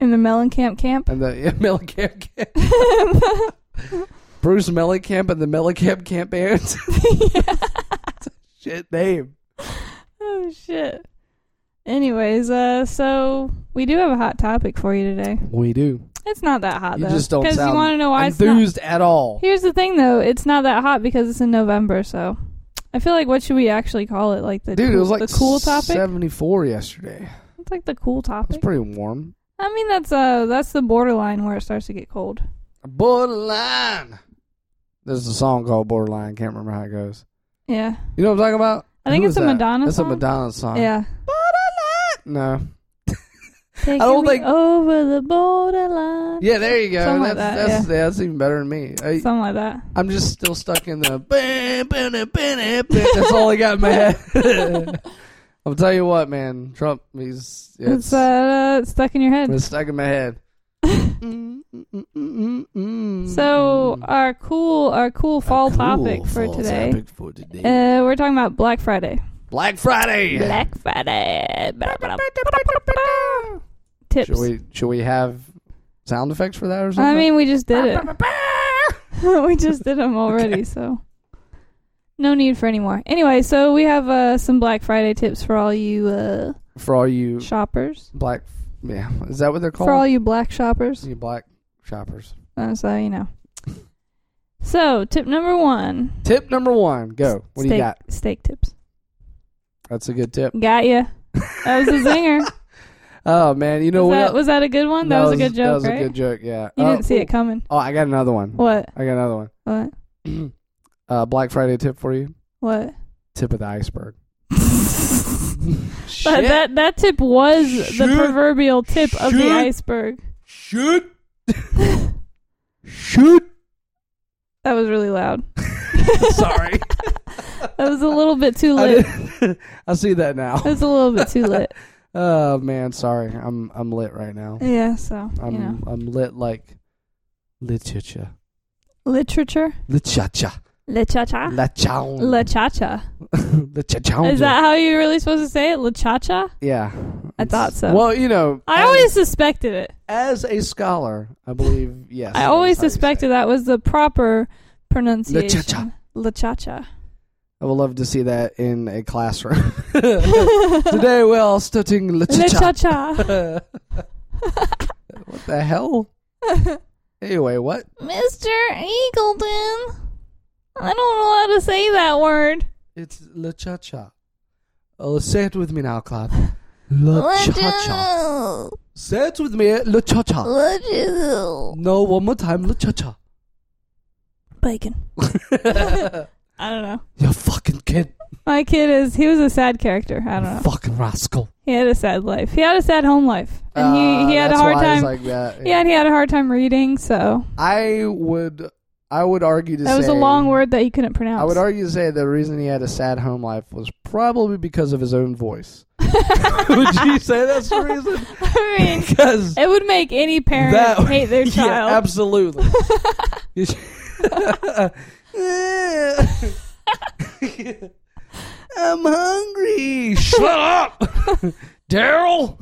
S1: in the Mellencamp
S2: [laughs]
S1: camp. [laughs]
S2: and the yeah, Mellencamp. Camp. Bruce Mellencamp and the Mellencamp Camp band. [laughs] Shit name.
S1: [laughs] Oh shit. Anyways, uh, so we do have a hot topic for you today.
S2: We do.
S1: It's not that hot
S2: You
S1: though,
S2: just don't
S1: because you
S2: sound
S1: want to know why it's not.
S2: Enthused at all?
S1: Here's the thing though, it's not that hot because it's in November, so I feel like what should we actually call it? Like the
S2: Dude, it
S1: cool,
S2: was like
S1: the cool topic.
S2: Seventy four yesterday.
S1: It's like the cool
S2: It's
S1: topic.
S2: pretty warm.
S1: I mean, that's uh, that's the borderline where it starts to get cold.
S2: Borderline. There's a song called Borderline. Can't remember how it goes.
S1: Yeah,
S2: You know what I'm talking about?
S1: I think
S2: Who
S1: it's
S2: is
S1: a
S2: that?
S1: Madonna
S2: That's
S1: song.
S2: a Madonna song.
S1: yeah.
S2: No.
S1: Taking
S2: don't
S1: me
S2: think-
S1: over the borderline.
S2: Yeah, there you go.
S1: Something like
S2: that's,
S1: that,
S2: that's, that's even better than me. Uh, I,
S1: Something like that.
S2: I'm just still stuck in the. bam, bam, bam, bam, bam. That's all I got in
S1: [laughs]
S2: my head. I'll tell you what, man. Trump, he's
S1: It's,
S2: it's,
S1: uh, it's stuck in your head.
S2: it's stuck in my head.
S1: [laughs]
S2: Mm, mm, mm, mm, mm.
S1: So our cool, our cool fall
S2: A cool
S1: topic for
S2: fall
S1: today.
S2: topic for today.
S1: Uh, we're talking about Black Friday.
S2: Black Friday.
S1: Black Friday. Blah, blah, blah, blah, blah, blah. Tips.
S2: Should we should we have sound effects for that or something?
S1: I mean, we just did it. [laughs] we just did them already, so no need for any more. Anyway, so we have uh, some Black Friday tips for all you uh,
S2: for all you
S1: shoppers,
S2: black, yeah, is that what they're called?
S1: for all you black shoppers.
S2: you black shoppers.
S1: Uh, so you know. So tip number one.
S2: Tip number one, go. What
S1: steak,
S2: do you got?
S1: Steak tips.
S2: That's a good tip.
S1: Got ya. That was a zinger.
S2: [laughs] Oh man, you know
S1: was,
S2: what?
S1: that, was that a good one? That, was, a good joke,
S2: That was
S1: right?
S2: a good joke. Yeah.
S1: you
S2: oh,
S1: didn't see it coming.
S2: Oh, I got another one.
S1: What?
S2: I got another
S1: What?
S2: one. [clears throat] uh, black Friday tip for you.
S1: What?
S2: Tip of
S1: [laughs]
S2: the iceberg. Shit.
S1: But that that tip was the
S2: Shoot.
S1: proverbial tip of the
S2: Shoot.
S1: iceberg. [laughs]
S2: Shoot.
S1: [laughs]
S2: Shoot.
S1: That was really loud.
S2: Sorry.
S1: That was a little bit too
S2: [laughs] I,
S1: lit.
S2: didn't- [laughs] I see that now.
S1: That was a little bit too
S2: [laughs]
S1: lit.
S2: Oh man, sorry. I'm I'm lit right now.
S1: Yeah, so
S2: I'm
S1: you know,
S2: I'm lit like literature.
S1: literature,
S2: Literature.
S1: la cha cha,
S2: La chow.
S1: la cha cha.
S2: Literature.
S1: Ah. Is that how you're really supposed to say it? La cha cha.
S2: Yeah.
S1: I thought so.
S2: Well, you know,
S1: I
S2: as-
S1: always suspected it.
S2: as a scholar, I believe yes.
S1: I always
S2: that's how you say
S1: suspected
S2: it.
S1: that was the proper pronunciation.
S2: cha.
S1: La cha cha.
S2: I would love to see that in a classroom. [laughs]
S1: [laughs]
S2: Today we are studying
S1: La
S2: literature.
S1: cha cha.
S2: what [laughs] the hell?
S1: [laughs]
S2: Anyway, what?
S1: Mr. Eagleton. I don't know how to say that word.
S2: It's La Cha Cha. Oh, say it with me now, Cloud. La Cha Cha. Say it with me, eh? La Cha Cha. No, one more time, La
S1: [laughs]
S2: Cha Cha.
S1: Bacon. I don't know.
S2: you fucking kid.
S1: My kid is, he was a sad character. I don't know.
S2: Fucking rascal.
S1: He had a sad life. He had a sad home life, and
S2: Uh,
S1: he, he had a
S2: that's
S1: hard
S2: why it's
S1: time.
S2: like that.
S1: yeah, and he had a hard time reading. So
S2: I would I would argue to
S1: that was
S2: say
S1: a long word that he couldn't pronounce.
S2: I would argue to say the reason he had a sad home life was probably because of his
S1: [laughs]
S2: own voice. [laughs] would you say that's the reason?
S1: I mean,
S2: Because
S1: it would make any parent
S2: That-
S1: hate their
S2: [laughs] yeah,
S1: child. [laughs]
S2: absolutely. [laughs] You sh- I'm hungry. Shut up, [laughs] Daryl.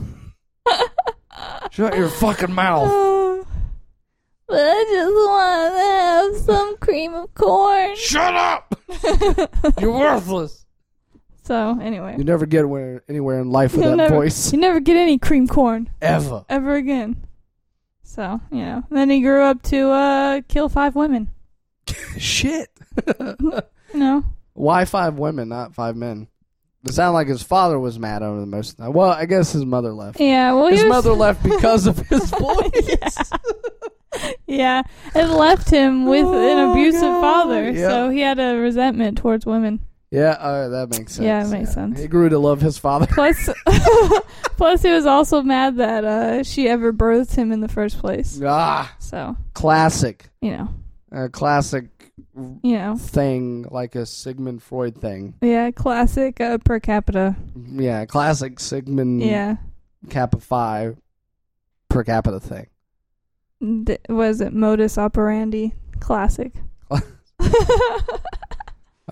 S2: Shut your
S1: [laughs]
S2: fucking mouth.
S1: Oh. [sighs] But I just want to have some cream of corn.
S2: Shut up. You're worthless.
S1: [laughs] So anyway,
S2: You never get where, anywhere in life with
S1: You'll
S2: that
S1: never-
S2: voice
S1: you never get any cream corn
S2: ever.
S1: ever again. So you know, then he grew up to uh, kill five women.
S2: Shit. [laughs]
S1: You know,
S2: Why five women, not five men? It sounded like his father was mad over the most. of the time. Well, I guess his mother left.
S1: yeah. Well, he
S2: His
S1: was-
S2: mother left because of his voice.
S1: [laughs] Yeah, it left him with an
S2: Oh,
S1: abusive
S2: God.
S1: father,
S2: Yeah.
S1: so he had a resentment towards women.
S2: Yeah, uh, that makes sense.
S1: Yeah, it makes sense.
S2: He grew to love his father.
S1: Plus, [laughs] plus he was also mad that uh, she ever birthed him in the first place.
S2: ah,
S1: So
S2: classic,
S1: you know,
S2: a classic
S1: you know,
S2: thing, like a Sigmund Freud thing.
S1: yeah, classic uh, per capita.
S2: Yeah, classic Sigmund
S1: Yeah,
S2: Kappa Phi per capita thing.
S1: D- was it modus operandi?
S2: [laughs]
S1: Classic.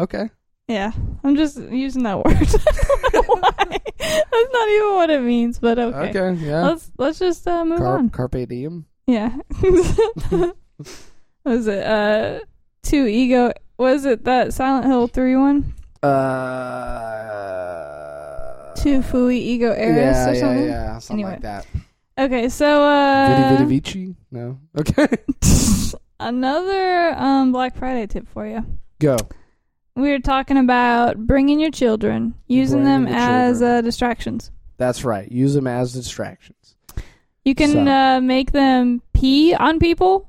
S2: Okay,
S1: yeah, I'm just using that word. [laughs] I
S2: [laughs]
S1: don't know why. That's not even what it means, but okay.
S2: okay, yeah.
S1: Let's let's just uh, move on.
S2: Car- carpe diem.
S1: Yeah. [laughs] what was it? Uh, two ego. Was it that Silent Hill three one?
S2: Uh,
S1: Two fui ego eris
S2: yeah,
S1: or
S2: yeah,
S1: something.
S2: yeah, something
S1: Anyway.
S2: like that.
S1: Okay, so uh,
S2: Vidi Vidi Vici? No. [laughs] Okay,
S1: [laughs] another um Black Friday tip for you.
S2: go.
S1: We were talking about bringing your children, using
S2: Bringing
S1: them
S2: the
S1: as
S2: children.
S1: uh, distractions.
S2: That's right. Use them as distractions.
S1: You can
S2: So-
S1: uh, make them pee on people.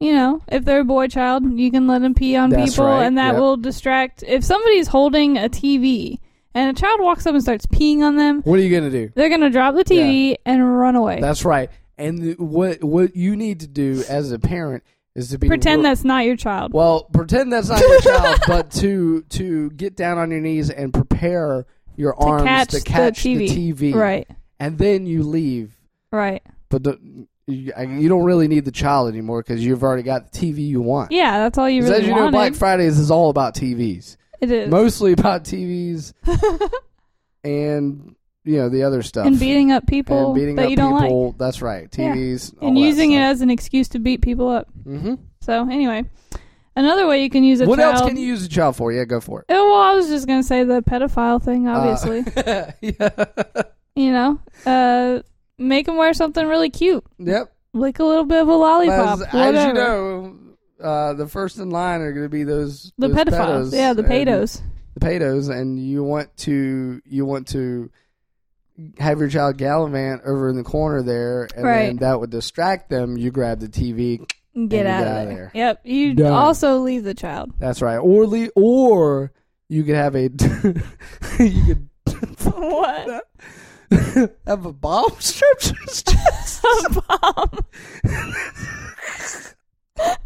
S1: You know, if they're a boy child, you can let them pee on
S2: That's
S1: people,
S2: right,
S1: and that
S2: yep.
S1: will distract. If somebody's holding a TV and a child walks up and starts peeing on them,
S2: What are you gonna do?
S1: they're gonna drop the TV and run away.
S2: That's right. And th- what what you need to do as a parent is to be
S1: Pretend
S2: real-
S1: that's not your child.
S2: well, pretend that's not your child, [laughs] but to to get down on your knees and prepare your arms
S1: catch
S2: to
S1: the
S2: catch the TV.
S1: TV. Right,
S2: and then you leave.
S1: right.
S2: But the, you, I- you don't really need the child anymore because you've already got the TV you want.
S1: Yeah, that's all you
S2: 'Cause
S1: really
S2: as you know,
S1: wanted.
S2: Black Fridays is all about TVs,
S1: it is. [laughs]
S2: mostly about TVs and you know the other stuff
S1: and beating up people
S2: And beating
S1: that
S2: up
S1: you don't like,
S2: people. That's right,
S1: Yeah.
S2: TVs
S1: and using it as an excuse to beat people up.
S2: hmm
S1: So anyway, another way you can use a
S2: What
S1: child.
S2: else can you use a child for? Yeah, go for it.
S1: Oh, well, I was just gonna say the pedophile thing. Obviously,
S2: Uh, [laughs] yeah.
S1: you know, uh, make him wear something really cute,
S2: Yep.
S1: lick a little bit of a lollipop,
S2: As, as
S1: whatever.
S2: you know, uh, the first in line are going to be those
S1: the
S2: those
S1: pedophiles,
S2: pedos
S1: yeah, the
S2: and-
S1: pedos,
S2: the pedos, and you want to you want to have your child gallivant over in the corner there, and then
S1: Right.
S2: that would distract them. You grab the TV.
S1: get
S2: you
S1: out
S2: get
S1: of
S2: outta
S1: there.
S2: there.
S1: Yep, you
S2: Done.
S1: also leave the child. [laughs]
S2: That's right. Or le- or you could have a [laughs] you could
S1: what
S2: have a bomb [laughs] strapped to his chest.
S1: a bomb!
S2: then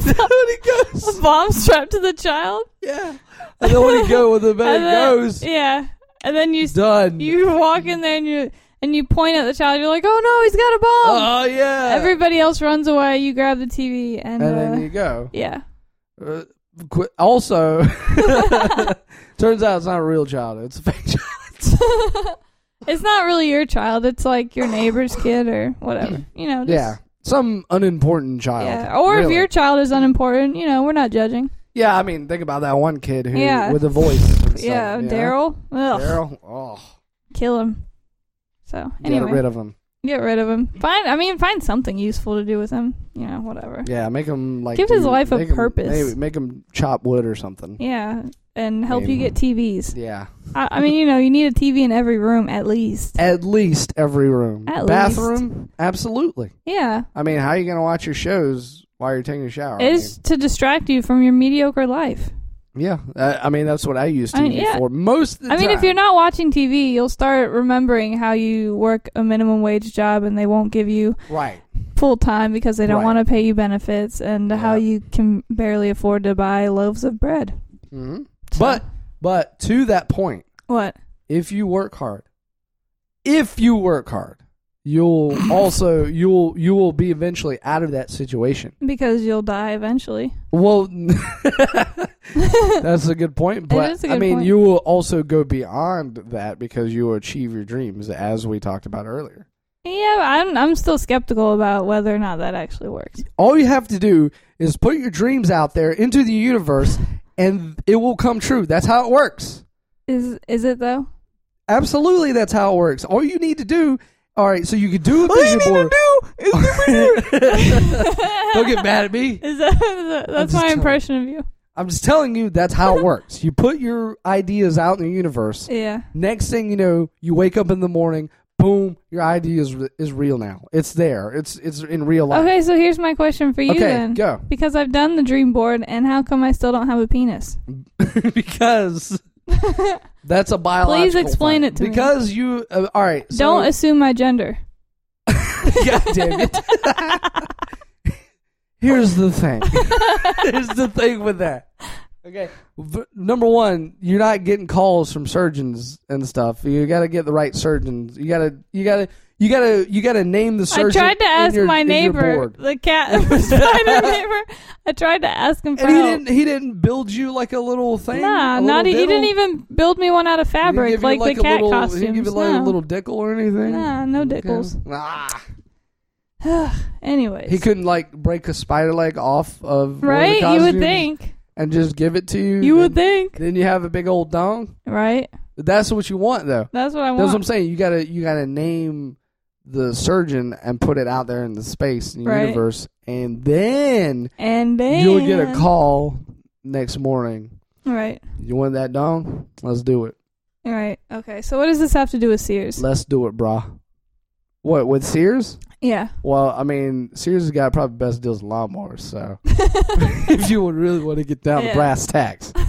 S2: when he goes,
S1: A bomb strapped to the child.
S2: yeah. And then when he
S1: [laughs]
S2: go, when the man
S1: And then-
S2: goes,
S1: Yeah, and then you
S2: done.
S1: you walk in there and you and you point at the child. You're like, oh no, he's got a bomb.
S2: oh yeah.
S1: Everybody else runs away. You grab the TV and,
S2: and
S1: uh,
S2: then you go.
S1: yeah. [laughs]
S2: Uh, qu- also, [laughs] turns out it's not a real child. It's a fake child.
S1: it's not really your child. It's like your neighbor's kid or
S2: [clears throat]
S1: whatever. You know. Just,
S2: Yeah, some unimportant child.
S1: Yeah. Or if
S2: really.
S1: your child is unimportant, you know, we're not judging.
S2: yeah, I mean, think about that one kid who
S1: Yeah.
S2: with a voice. and
S1: [laughs]
S2: stuff,
S1: yeah.
S2: you know?
S1: Daryl. Ugh.
S2: Daryl. Oh,
S1: Kill him. So
S2: get
S1: anyway,
S2: rid of him.
S1: get rid of him. Find. I mean, find something useful to do with him. You know, whatever.
S2: Yeah, make him like
S1: Give his
S2: do-
S1: life a
S2: make him-
S1: purpose.
S2: maybe make him chop wood or something.
S1: Yeah. And help you
S2: Maybe.
S1: get TVs.
S2: Yeah,
S1: I, I mean, you know, you need a TV in every room at least.
S2: at least every room,
S1: At
S2: bathroom, absolutely.
S1: Yeah.
S2: I mean, how are you gonna watch your shows while you're taking a shower? I
S1: It's to distract you from your mediocre life.
S2: Yeah, I, I mean that's what I used to
S1: I-
S2: use it
S1: yeah.
S2: for most. Of the
S1: I mean, if
S2: time.
S1: you're not watching TV, you'll start remembering how you work a minimum wage job and they won't give you
S2: right,
S1: full time because they don't
S2: Right.
S1: want to pay you benefits and how
S2: Yeah.
S1: you can barely afford to buy loaves of bread.
S2: hmm
S1: So-
S2: but but to that point,
S1: what?
S2: if you work hard, if you work hard,
S1: [coughs]
S2: you'll also you'll you will be eventually out of that situation.
S1: Because you'll die
S2: [laughs]
S1: eventually.
S2: Well, that's a good point, but
S1: is a
S2: I
S1: good
S2: mean,
S1: point.
S2: you will also go beyond that because you will achieve your dreams, as we talked about earlier.
S1: Yeah, but I'm I'm still skeptical about whether or not that actually works.
S2: All you have to do is put your dreams out there into the universe, and it will come true. That's how it works.
S1: Is is it though?
S2: Absolutely, that's how it works. All you need to do. All right, so you could do a
S1: All you
S2: vision board. [laughs]
S1: [laughs]
S2: Don't get mad at me.
S1: Is that, is that that's
S2: just
S1: my
S2: telling-
S1: impression of you?
S2: I'm just telling you that's how it works. You put your ideas out in the universe.
S1: Yeah.
S2: Next thing you know, you wake up in the morning. Boom, your idea is is real now. It's there. It's it's in real life.
S1: Okay, so here's my question for you
S2: Okay,
S1: then.
S2: go. [laughs]
S1: Because I've done the dream board, and how come I still don't have a penis? [laughs]
S2: because that's a biological.
S1: Please explain
S2: thing.
S1: it to me.
S2: because you. Uh, all right. So,
S1: don't assume my gender.
S2: [laughs] God damn it. Here's the thing. [laughs] Here's the thing with that. Okay. V- number one, you're not getting calls from surgeons and stuff. You got to get the right surgeons. You got to. You got to. You got to. You got to name the
S1: I
S2: surgeon.
S1: tried to
S2: in
S1: ask
S2: your-
S1: my
S2: in your
S1: neighbor,
S2: board.
S1: the
S2: [laughs]
S1: cat [laughs] beside my neighbor. I tried to ask him for
S2: And he
S1: help.
S2: didn't. He didn't build you like a little thing.
S1: nah,
S2: a
S1: not e,
S2: little
S1: he didn't
S2: diddle?
S1: even build me one out of
S2: He didn't
S1: fabric
S2: give you,
S1: like, the
S2: a
S1: cat
S2: little,
S1: costumes.
S2: He didn't give you like
S1: no.
S2: a little dickle or anything.
S1: Nah, no
S2: Okay.
S1: dickles.
S2: Ah.
S1: [sighs] Anyways,
S2: He couldn't like break a spider leg off of one of the
S1: right? You would
S2: costumes
S1: think.
S2: and just give it to you.
S1: You
S2: then,
S1: would think,
S2: Then you have a big old dong.
S1: right?
S2: That's what you want, though.
S1: That's what I
S2: That's what I'm
S1: want.
S2: saying. You gotta you gotta name the surgeon and put it out there in the space in the
S1: Right.
S2: universe, and then
S1: And then
S2: you'll get a call next morning.
S1: Right.
S2: You want that dong? Let's do it.
S1: Right. Okay. So what does this have to do with Sears?
S2: Let's do it, brah. What with Sears?
S1: yeah. [laughs]
S2: Well, I mean, Sears has got probably the best deals in lawnmowers. So [laughs] [laughs] if you would really want to get down
S1: Yeah.
S2: to brass tacks,
S1: [laughs]
S2: you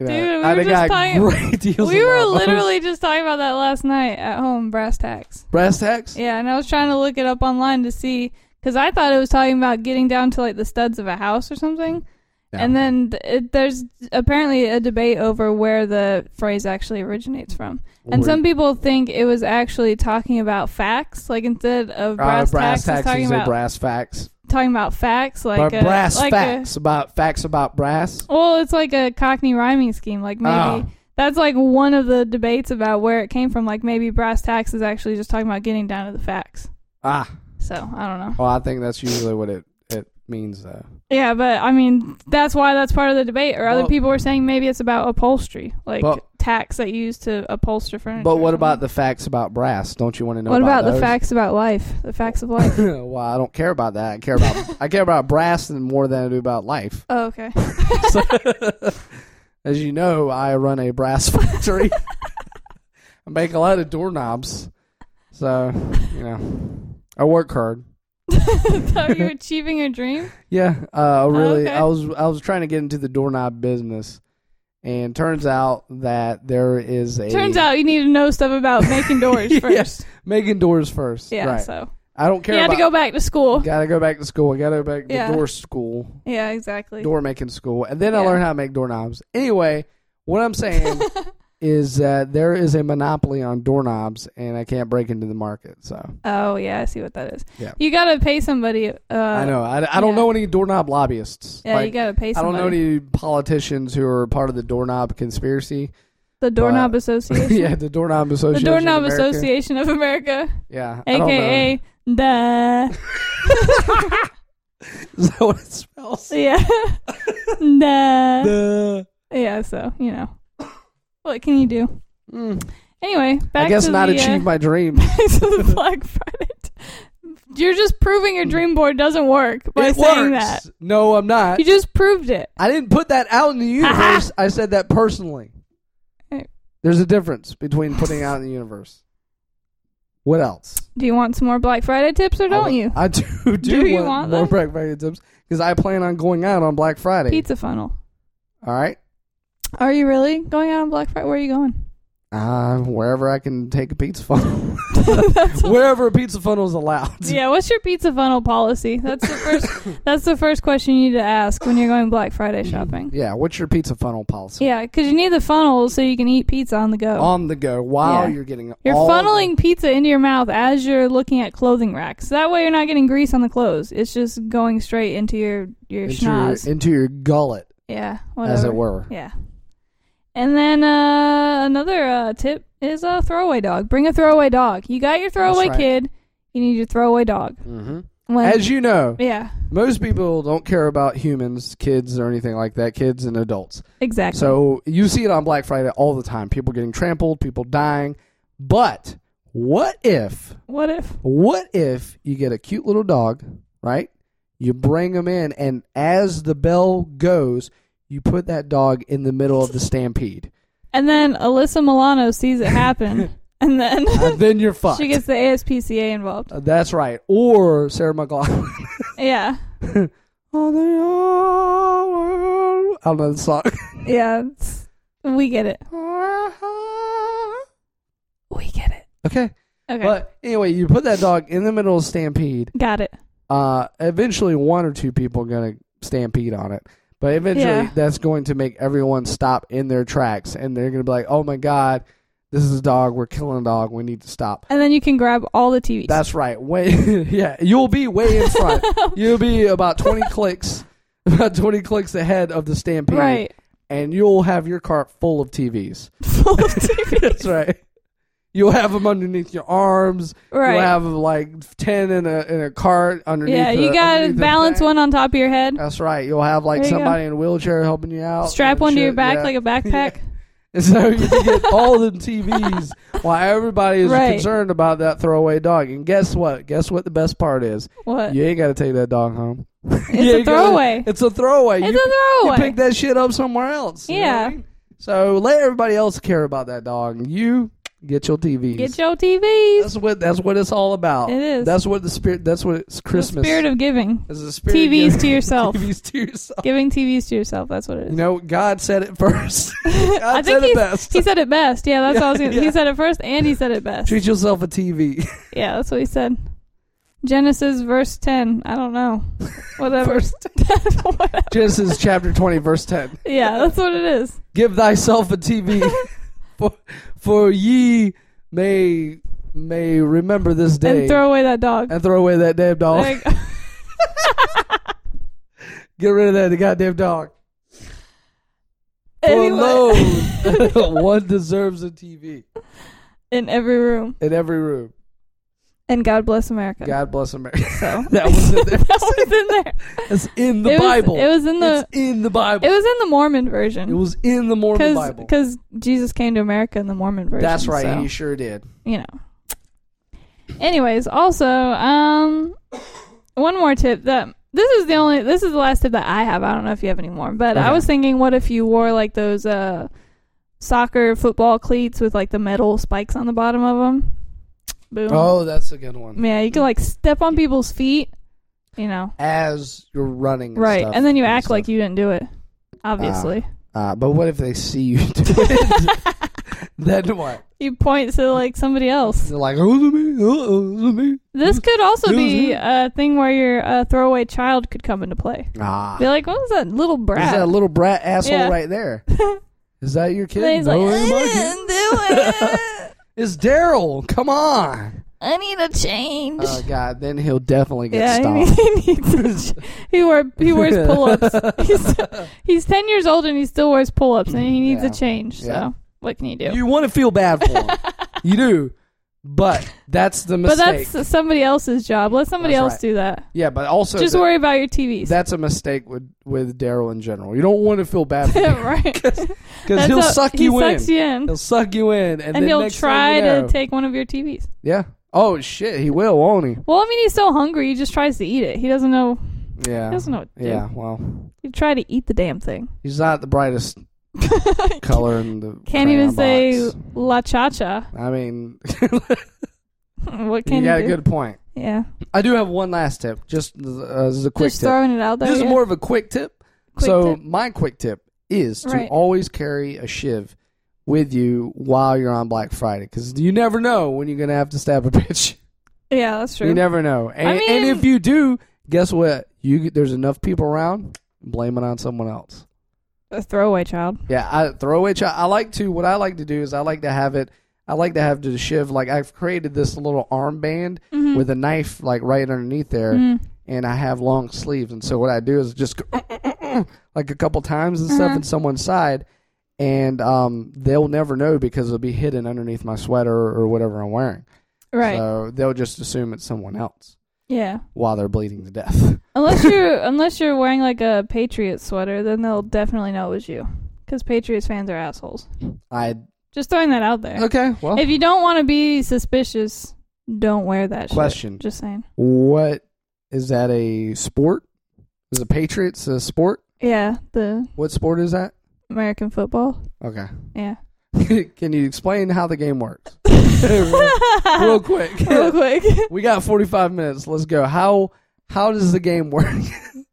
S2: know,
S1: Dude, we
S2: I
S1: were
S2: think
S1: just
S2: I got
S1: talking-
S2: great [laughs] deals.
S1: we
S2: in
S1: were
S2: lawnmowers.
S1: literally just talking about that last night at home, brass tacks.
S2: brass tacks.
S1: Yeah, and I was trying to look it up online to see because I thought it was talking about getting down to like the studs of a house or something.
S2: No.
S1: And then th- it, there's apparently a debate over where the phrase actually originates from. And
S2: Wait.
S1: some people think it was actually talking about facts, like instead of
S2: Uh,
S1: brass, tacks, it's
S2: tacks,
S1: talking
S2: you say
S1: about
S2: brass facts.
S1: talking about facts, like
S2: Bra-
S1: a,
S2: brass
S1: like a-
S2: facts about facts about brass.
S1: Well, it's like a Cockney rhyming scheme. Like maybe
S2: Oh.
S1: that's like one of the debates about where it came from. Like maybe brass tacks is actually just talking about getting down to the facts.
S2: Ah,
S1: So I don't know.
S2: well, I think that's usually what it it means though.
S1: Yeah, but I mean that's why that's part of the debate. Or other
S2: Well-
S1: people were saying maybe it's about upholstery, like
S2: But-
S1: tacks that you use to upholster furniture.
S2: But
S1: or
S2: what about
S1: something.
S2: the facts about brass? Don't you want to know?
S1: what about, the
S2: those?
S1: facts about life? The facts of [laughs] life.
S2: [laughs] well, I don't care about that. I care about I care about brass and more than I do about life.
S1: oh, [laughs] okay.
S2: So, as you know, I run a brass [laughs] factory. I make a lot of doorknobs, so you know I work hard.
S1: so are you achieving your dream?
S2: Yeah, uh, really.
S1: okay.
S2: I was I was trying to get into the doorknob business, and turns out that there is a
S1: Turns out you need to know stuff about making
S2: [laughs]
S1: doors
S2: Yeah.
S1: first.
S2: making doors first.
S1: Yeah.
S2: right.
S1: So
S2: I don't care.
S1: you had to go
S2: about,
S1: back to school.
S2: Gotta go back to school. I gotta go back to
S1: Yeah.
S2: door school,
S1: Yeah. Exactly.
S2: door making school, and then I
S1: Yeah.
S2: learned how to make doorknobs. Anyway, what
S1: [laughs]
S2: I'm saying is that there is a monopoly on doorknobs, and I can't break into the market. So
S1: Oh yeah, I see what that is.
S2: Yeah.
S1: You gotta pay somebody. Uh,
S2: I know I, I don't
S1: yeah.
S2: know any doorknob lobbyists.
S1: Yeah,
S2: Like,
S1: you gotta pay
S2: I
S1: somebody.
S2: don't know any politicians who are part of the doorknob conspiracy.
S1: the doorknob
S2: but-
S1: association.
S2: [laughs] yeah, the doorknob
S1: the
S2: association.
S1: doorknob
S2: of America.
S1: association of America,
S2: Yeah, I don't know.
S1: aka the.
S2: [laughs] Is that what it spells?
S1: yeah. the.
S2: The-
S1: Yeah. So you know, what can you do?
S2: Mm.
S1: Anyway, back
S2: I guess
S1: to
S2: not
S1: the,
S2: achieve
S1: uh,
S2: my
S1: [laughs]
S2: dream.
S1: back to the
S2: [laughs]
S1: Black Friday. You're just proving your dream board doesn't work by
S2: it
S1: saying
S2: works.
S1: that.
S2: No, I'm not.
S1: You just proved it.
S2: I didn't put that out
S1: [laughs]
S2: in the universe. I said that personally.
S1: Hey.
S2: There's a difference between putting out in the universe. What else?
S1: Do you want some more Black Friday tips or don't
S2: I,
S1: you?
S2: I do [laughs] do,
S1: Do you want
S2: want, more
S1: them?
S2: Black Friday tips because I plan on going out on Black Friday.
S1: Pizza funnel.
S2: All right.
S1: Are you really going out on Black Friday? Where are you going?
S2: Uh, wherever I can take a pizza funnel,
S1: [laughs]
S2: [laughs]
S1: That's what-
S2: wherever a pizza funnel is allowed.
S1: [laughs] yeah, what's your pizza funnel policy? That's the [laughs] first. that's the first question you need to ask when you're going Black Friday shopping.
S2: Yeah, What's your pizza funnel policy?
S1: Yeah, because you need the funnel so you can eat pizza on the go.
S2: On the go while
S1: Yeah.
S2: you're getting
S1: you're
S2: all the-
S1: funneling pizza into your mouth as you're looking at clothing racks. That way, you're not getting grease on the clothes. It's just going straight into your your
S2: into your,
S1: schnoz.
S2: into your gullet,
S1: yeah, whatever.
S2: as it were.
S1: Yeah. And then uh, another uh, tip is a throwaway dog. Bring a throwaway dog. You got your throwaway
S2: right.
S1: kid. You need your throwaway dog.
S2: hmm
S1: When,
S2: As you know,
S1: yeah,
S2: most people don't care about humans, kids, or anything like that. Kids and adults.
S1: exactly.
S2: So you see it on Black Friday all the time. People getting trampled, people dying. But what if
S1: what if?
S2: What if you get a cute little dog, right? You bring him in, and as the bell goes, you put that dog in the middle of the stampede.
S1: And then Alyssa Milano sees it happen,
S2: [laughs]
S1: and then
S2: And then you're fucked.
S1: [laughs] she gets the ASPCA involved.
S2: Uh, That's right. Or Sarah McLaughlin. [laughs]
S1: Yeah,
S2: Oh, they are- I don't know the song.
S1: yeah, it's- we get it. We get it.
S2: okay.
S1: Okay,
S2: But anyway, you put that dog in the middle of stampede.
S1: got it.
S2: uh, eventually one or two people are going to stampede on it. But eventually,
S1: Yeah.
S2: that's going to make everyone stop in their tracks, and they're going to be like, "Oh my god, this is a dog. We're killing a dog. We need to stop."
S1: And then you can grab all the TVs.
S2: That's right. Way, [laughs] yeah, you'll be way in
S1: [laughs]
S2: front. you'll be about twenty clicks, [laughs] about twenty clicks ahead of the stampede,
S1: right.
S2: and you'll have your cart full of TVs.
S1: Full of TVs.
S2: [laughs] That's right. You'll have them underneath your arms. You'll
S1: right.
S2: have like ten in a in a cart underneath.
S1: Yeah, you
S2: the-
S1: gotta
S2: underneath the
S1: balance
S2: thing.
S1: one on top of your head.
S2: That's right. You'll have like
S1: There you go.
S2: somebody in a wheelchair helping you out.
S1: Strap
S2: and
S1: one to your
S2: shit,
S1: back
S2: [laughs] yeah.
S1: like a backpack.
S2: And so you
S1: [laughs]
S2: can get all the TVs while everybody is
S1: Right.
S2: concerned about that throwaway dog. And guess what? Guess what the best part is?
S1: What?
S2: You ain't got to take that dog home. [laughs]
S1: It's a throwaway.
S2: it's a throwaway.
S1: it's
S2: you,
S1: a
S2: you
S1: throwaway.
S2: pick that shit up somewhere else. you know what I
S1: Yeah.
S2: mean? So let everybody else care about that dog. You get your TVs.
S1: Get your TVs.
S2: that's what that's what it's all about.
S1: It is.
S2: That's what the spirit that's what it's Christmas.
S1: The spirit of giving.
S2: It's the spirit of
S1: TVs
S2: giving- [laughs]
S1: to yourself.
S2: TVs to yourself.
S1: Giving TVs to yourself. That's what it
S2: You
S1: is.
S2: know, God said
S1: [laughs]
S2: it first. [laughs] God
S1: I
S2: said
S1: think
S2: it
S1: he's,
S2: best.
S1: he said it best. Yeah, that's what I was gonna,
S2: [laughs] Yeah.
S1: He said it first and he said it best.
S2: [laughs] Treat yourself a TV.
S1: Yeah, that's what he said. Genesis verse 10. I don't
S2: [laughs]
S1: know. Whatever. [laughs]
S2: Verse
S1: Whatever.
S2: [laughs] Genesis chapter 20, verse 10.
S1: Yeah, that's what it
S2: [laughs]
S1: is.
S2: Give thyself
S1: [laughs]
S2: a TV, for, for ye may may remember this day
S1: And throw away that dog.
S2: and throw away that damn dog.
S1: There you go.
S2: [laughs] Get rid of that goddamn dog.
S1: Anyway.
S2: For
S1: [laughs]
S2: lo, [laughs] one deserves a TV
S1: In every room.
S2: in every room.
S1: And God bless America.
S2: God bless America.
S1: So
S2: [laughs] That
S1: [laughs]
S2: was in there.
S1: that was in there.
S2: It's in [laughs] the
S1: it was,
S2: Bible.
S1: It was in the
S2: it's in the Bible.
S1: It was in the Mormon
S2: It
S1: version.
S2: was in the Mormon Bible.
S1: Because Jesus came to America in the Mormon version.
S2: That's right.
S1: so,
S2: He sure did.
S1: you know. Anyways, also, um, one more tip that this is the only this is the last tip that I have. I don't know if you have any more, but I
S2: Okay.
S1: was thinking, what if you wore like those uh, soccer football cleats with like the metal spikes on the bottom of them? Boom.
S2: Oh, that's a good one.
S1: Yeah, you could like step on people's feet. You know,
S2: As you're running, and
S1: right?
S2: stuff
S1: And then you
S2: and
S1: act
S2: stuff.
S1: like you didn't do it. Obviously.
S2: Uh, but what if they see you [laughs] do it?
S1: [laughs]
S2: then what?
S1: You point to like somebody else.
S2: They're like, oh, me, oh, me.
S1: This could also
S2: Who's
S1: be
S2: who?
S1: a thing where your uh, throwaway child could come into play.
S2: Ah,
S1: Be like, what was that little
S2: is
S1: brat?
S2: that little brat asshole
S1: Yeah. [laughs]
S2: right there? Is that your kid?
S1: And he's
S2: No,
S1: like,
S2: it ain't my
S1: I
S2: kid.
S1: didn't do
S2: [laughs]
S1: it.
S2: It's Daryl.
S1: [laughs]
S2: Come on.
S1: I need a change.
S2: Oh God, then he'll definitely get
S1: yeah, he,
S2: stopped.
S1: [laughs] he needs. A ch- he wear he wears
S2: [laughs]
S1: pull-ups. he's he's ten years old and he still wears pull-ups and he needs
S2: Yeah.
S1: a change. So
S2: Yeah.
S1: what can you do?
S2: You want to feel bad for
S1: [laughs]
S2: him. you do, but that's the
S1: but
S2: mistake.
S1: that's somebody else's job. Let somebody
S2: That's
S1: else
S2: right.
S1: do that.
S2: yeah, but also
S1: Just
S2: that-
S1: worry about your TVs.
S2: that's a mistake with with Daryl in general. You don't want to feel bad for
S1: [laughs] [laughs]
S2: him [laughs]
S1: right.
S2: because he'll
S1: That's how-
S2: suck
S1: he
S2: you in.
S1: sucks you in.
S2: He'll suck you in, and,
S1: and,
S2: then
S1: he'll
S2: next thing
S1: try
S2: you know-
S1: to take one of your TVs.
S2: Yeah. Oh shit, he will, won't he?
S1: Well, I mean, he's so hungry, he just tries to eat it. He doesn't know.
S2: Yeah.
S1: He doesn't know what to do.
S2: yeah. Well,
S1: He tried to eat the damn thing.
S2: he's not the brightest color in the.
S1: [laughs] Can't even
S2: crayon
S1: say
S2: box.
S1: la cha cha.
S2: I mean,
S1: [laughs]
S2: [laughs]
S1: What
S2: you
S1: can
S2: got
S1: you
S2: a
S1: do?
S2: good point.
S1: yeah,
S2: I do have one last tip. Just uh, this is a quick
S1: just
S2: tip.
S1: throwing it out there.
S2: This is
S1: yeah.
S2: more of a quick tip.
S1: Quick
S2: so
S1: tip.
S2: my quick tip is to
S1: Right.
S2: always carry a shiv with you while you're on Black Friday because you never know when you're going to have to stab a [laughs] bitch.
S1: Yeah, that's true.
S2: You never know. And, and
S1: mean-
S2: if you do, guess what? You there's enough people around, blame it on someone else.
S1: a throwaway child.
S2: Yeah, I throw away child. I like to. What I like to do is I like to have it. I like to have the shiv. Like I've created this little armband
S1: Mhm.
S2: Mm-hmm. with a knife, like right underneath there,
S1: Mhm.
S2: and I have long sleeves. And so what I do is just go, [clears throat] like a couple times and stuff
S1: Uh-huh.
S2: in someone's side, and um, they'll never know because it'll be hidden underneath my sweater or whatever I'm wearing.
S1: Right.
S2: So they'll just assume it's someone else
S1: Yeah.
S2: while they're bleeding to death.
S1: Unless
S2: [laughs]
S1: you're unless you're wearing like a Patriots sweater, then they'll definitely know it was you. Because Patriots fans are assholes.
S2: I
S1: Just throwing that out there.
S2: okay. Well,
S1: If you don't want to be suspicious, don't wear that
S2: question.
S1: shit. Just saying.
S2: What is that a sport? Is the Patriots a sport?
S1: Yeah, the
S2: What sport is that?
S1: American football.
S2: Okay. [laughs]
S1: Yeah.
S2: Can you explain how the game works? Real
S1: Uh-huh. [laughs] Real
S2: quick.
S1: quick.
S2: we got 45 minutes. Let's go. How how does the game work?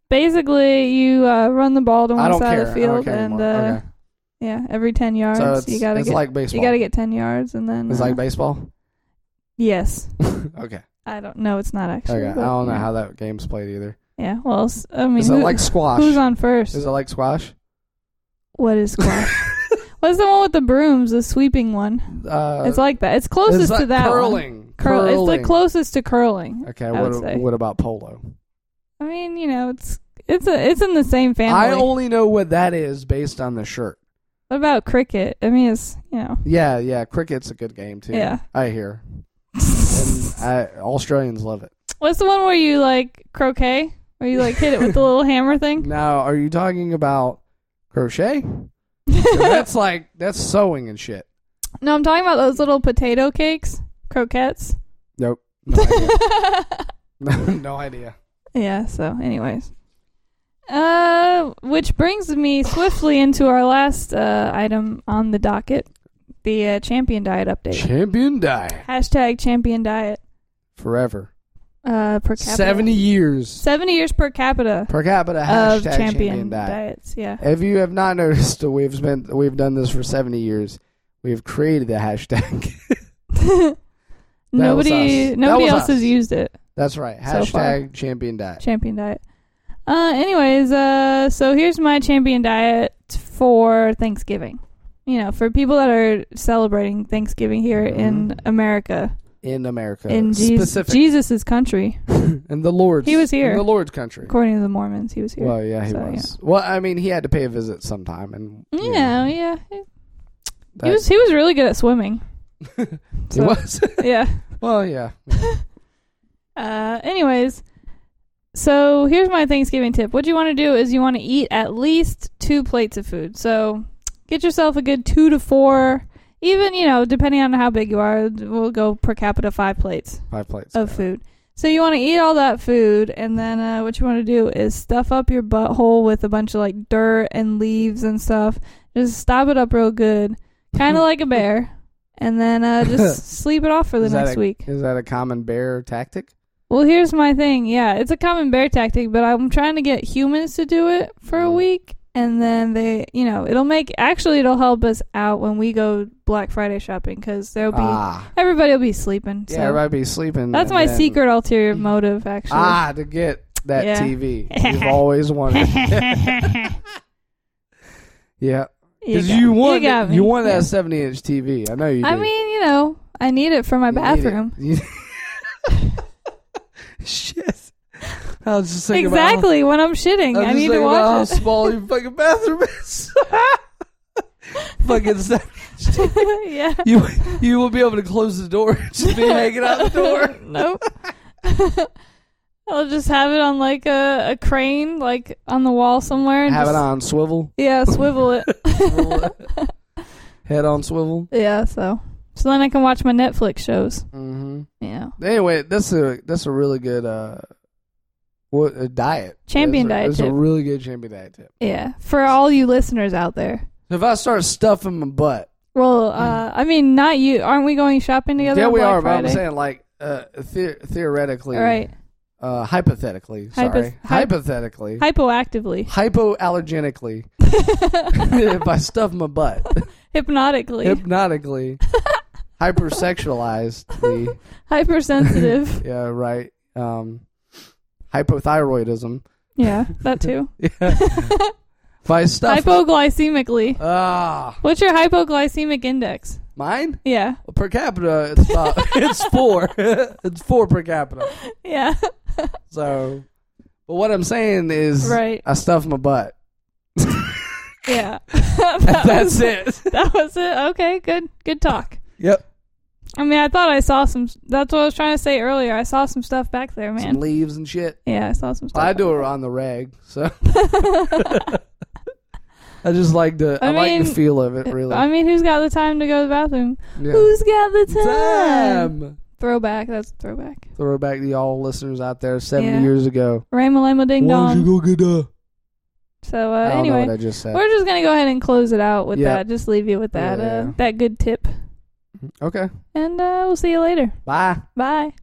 S1: Basically, you uh, run the ball to one
S2: I don't
S1: side
S2: care.
S1: of the
S2: I don't
S1: field,
S2: care
S1: and uh,
S2: anymore. okay.
S1: yeah, every ten yards
S2: [laughs] So it's,
S1: you gotta
S2: it's
S1: get
S2: like baseball.
S1: you gotta get ten yards, and then
S2: it's
S1: uh,
S2: like baseball. [laughs]
S1: yes,
S2: okay.
S1: I don't know. It's not actually.
S2: Okay. I
S1: but,
S2: don't know
S1: yeah.
S2: how that game's played either.
S1: Yeah. Well, s- I mean,
S2: is
S1: who,
S2: it like squash?
S1: who's on first?
S2: Is it like squash?
S1: what is
S2: [laughs]
S1: squash? What's the one with the brooms? The sweeping one.
S2: uh,
S1: it's like that. It's
S2: it's
S1: closest
S2: like
S1: to that. one.
S2: curling.
S1: Curl. It's
S2: Curling.
S1: the closest to curling.
S2: Okay.
S1: I would
S2: What
S1: say.
S2: what about polo?
S1: I mean, you know, it's it's a it's in the same family.
S2: I only know what that is based on the shirt.
S1: what about cricket? I mean, it's you know,
S2: Yeah, yeah, cricket's a good game too.
S1: Yeah.
S2: I hear. And I, Australians love it.
S1: what's the one where you like croquet? Where you like hit it
S2: [laughs]
S1: with the little hammer thing?
S2: Now, are you talking about crochet?
S1: [laughs]
S2: 'Cause that's like that's sewing and shit.
S1: No, I'm talking about those little potato cakes, croquettes.
S2: Nope. No idea. [laughs] no, no idea.
S1: [laughs] yeah. So, anyways, uh, which brings me swiftly into our last uh, item on the docket: the uh, champion diet update.
S2: Champion die
S1: Hashtag champion diet.
S2: forever.
S1: Uh, per capita.
S2: Seventy years
S1: 70 years per capita
S2: per capita.
S1: of
S2: Hashtag
S1: champion,
S2: die.
S1: diets. Yeah.
S2: If you have not [laughs] noticed, we've spent we've done this for seventy years. We've created the hashtag. [laughs] us.
S1: nobody
S2: That
S1: nobody
S2: was
S1: else
S2: us.
S1: has used it.
S2: That's right.
S1: So far.
S2: Hashtag champion die.
S1: Champion diet. Uh, anyways, uh, so here's my champion diet for Thanksgiving. You know, for people that are celebrating Thanksgiving here in
S2: Mhm.
S1: America,
S2: in America,
S1: in Jesus,
S2: specific, [laughs]
S1: Jesus's country,
S2: in the Lord's.
S1: He was here.
S2: in the Lord's country.
S1: according to the Mormons, he was here.
S2: Well, yeah, he
S1: So,
S2: was. Well, I mean, he had to pay a visit sometime, and you
S1: yeah,
S2: know,
S1: yeah.
S2: that-
S1: He was he was really good at swimming.
S2: [laughs] he
S1: so-
S2: was. [laughs]
S1: yeah. [laughs]
S2: well, yeah,
S1: Uh, anyways, so here's my Thanksgiving tip. What you want to do is you want to eat at least two plates of food. So get yourself a good two to four, even, you know, depending on how big you are, we'll go per capita five plates
S2: five plates
S1: of food. So you want to eat all that food, and then uh, what you want to do is stuff up your butthole with a bunch of like dirt and leaves and stuff. Just stop it up real good,
S2: [laughs]
S1: kind of like a bear, and then uh, just sleep it off for the
S2: Is that
S1: next
S2: a-
S1: week.
S2: Is that a common bear tactic?
S1: Well, here's my thing. Yeah, it's a common bear tactic, but I'm trying to get humans to do it for a
S2: Mhm.
S1: week, and then they, you know, it'll make actually it'll help us out when we go Black Friday shopping because there'll be
S2: ah,
S1: everybody will be sleeping. So
S2: yeah, everybody be sleeping.
S1: that's
S2: and
S1: my
S2: then-
S1: secret ulterior motive, actually. [laughs]
S2: Ah, to get that
S1: Yeah.
S2: TV
S1: [laughs]
S2: you've always [laughs] wanted. yeah,
S1: You
S2: because
S1: got-
S2: you want
S1: got me.
S2: you want
S1: Yeah.
S2: that seventy-inch TV. I know you.
S1: I
S2: do.
S1: mean, you know, I need it for my bathroom.
S2: [laughs] You- Shit. I was just thinking about how-
S1: Exactly when I'm shitting,
S2: I'm
S1: I
S2: just
S1: need to
S2: thinking about
S1: watch
S2: how small your fucking bathroom is.
S1: [laughs]
S2: fucking stuff.
S1: it. [laughs] yeah.
S2: You you will be able to close the door and just be hanging out
S1: [laughs]
S2: the door.
S1: nope. I'll just have it on like a, a crane, like on the wall somewhere. And
S2: Have it
S1: just-
S2: on swivel.
S1: [laughs] Yeah, swivel it.
S2: Swivel it. Head on swivel.
S1: [laughs] yeah, so so then I can watch my Netflix shows.
S2: Mm-hmm.
S1: Yeah,
S2: Anyway, that's a that's a really good uh what a diet.
S1: Champion
S2: That's a-
S1: diet
S2: That's a
S1: tip.
S2: really good champion diet tip.
S1: yeah. For all you listeners out there,
S2: If I start stuffing my butt,
S1: well, uh, I mean, not you. Aren't we going shopping together?
S2: Hmm. yeah,
S1: on
S2: we
S1: Black
S2: are. But
S1: Friday?
S2: I'm saying like uh, the- theoretically,
S1: all
S2: [laughs]
S1: right,
S2: uh, hypothetically,
S1: Hypo-
S2: sorry,
S1: hy-
S2: hypothetically,
S1: hypoactively. [laughs]
S2: hypoallergenically, [laughs] if I stuff my butt
S1: [laughs] Hypnotically. [laughs]
S2: hypnotically, hypersexualizedly.
S1: Hypersensitive.
S2: [laughs] Yeah, right. Um, hypothyroidism.
S1: yeah, that too.
S2: Yeah. [laughs] if I stuff
S1: Hypoglycemically.
S2: ah
S1: What's your hypoglycemic index?
S2: mine
S1: Yeah.
S2: per capita, it's about, [laughs] it's four. it's four per capita. [laughs]
S1: Yeah.
S2: So, but what I'm saying is,
S1: Right.
S2: I stuff
S1: [laughs]
S2: my butt. [laughs]
S1: Yeah. [laughs] That
S2: That's
S1: was-
S2: it.
S1: That was it. Okay, good. Good talk.
S2: Yep.
S1: I mean, I thought I saw some. That's what I was trying to say earlier. I saw some stuff back there,
S2: Some
S1: man.
S2: leaves and shit.
S1: Yeah, I saw some stuff.
S2: I do
S1: back
S2: it on the rag,
S1: [laughs]
S2: so I just like the I,
S1: I
S2: like the
S1: mean,
S2: feel of it.
S1: there.
S2: Really,
S1: I mean, who's got the time to go to the bathroom?
S2: yeah.
S1: Who's got the time?
S2: Time.
S1: Throwback. That's a throwback.
S2: Throwback to y'all listeners out there, seventy
S1: Yeah.
S2: years ago.
S1: Ramalama ding
S2: Why
S1: dong.
S2: don't you go get a?
S1: So uh,
S2: I don't know
S1: anyway,
S2: what I just said.
S1: we're just gonna go ahead and close it out with
S2: Yeah.
S1: that. Just leave you with that.
S2: Yeah.
S1: Uh, that good tip,
S2: Okay,
S1: and uh, we'll see you later.
S2: bye.
S1: Bye.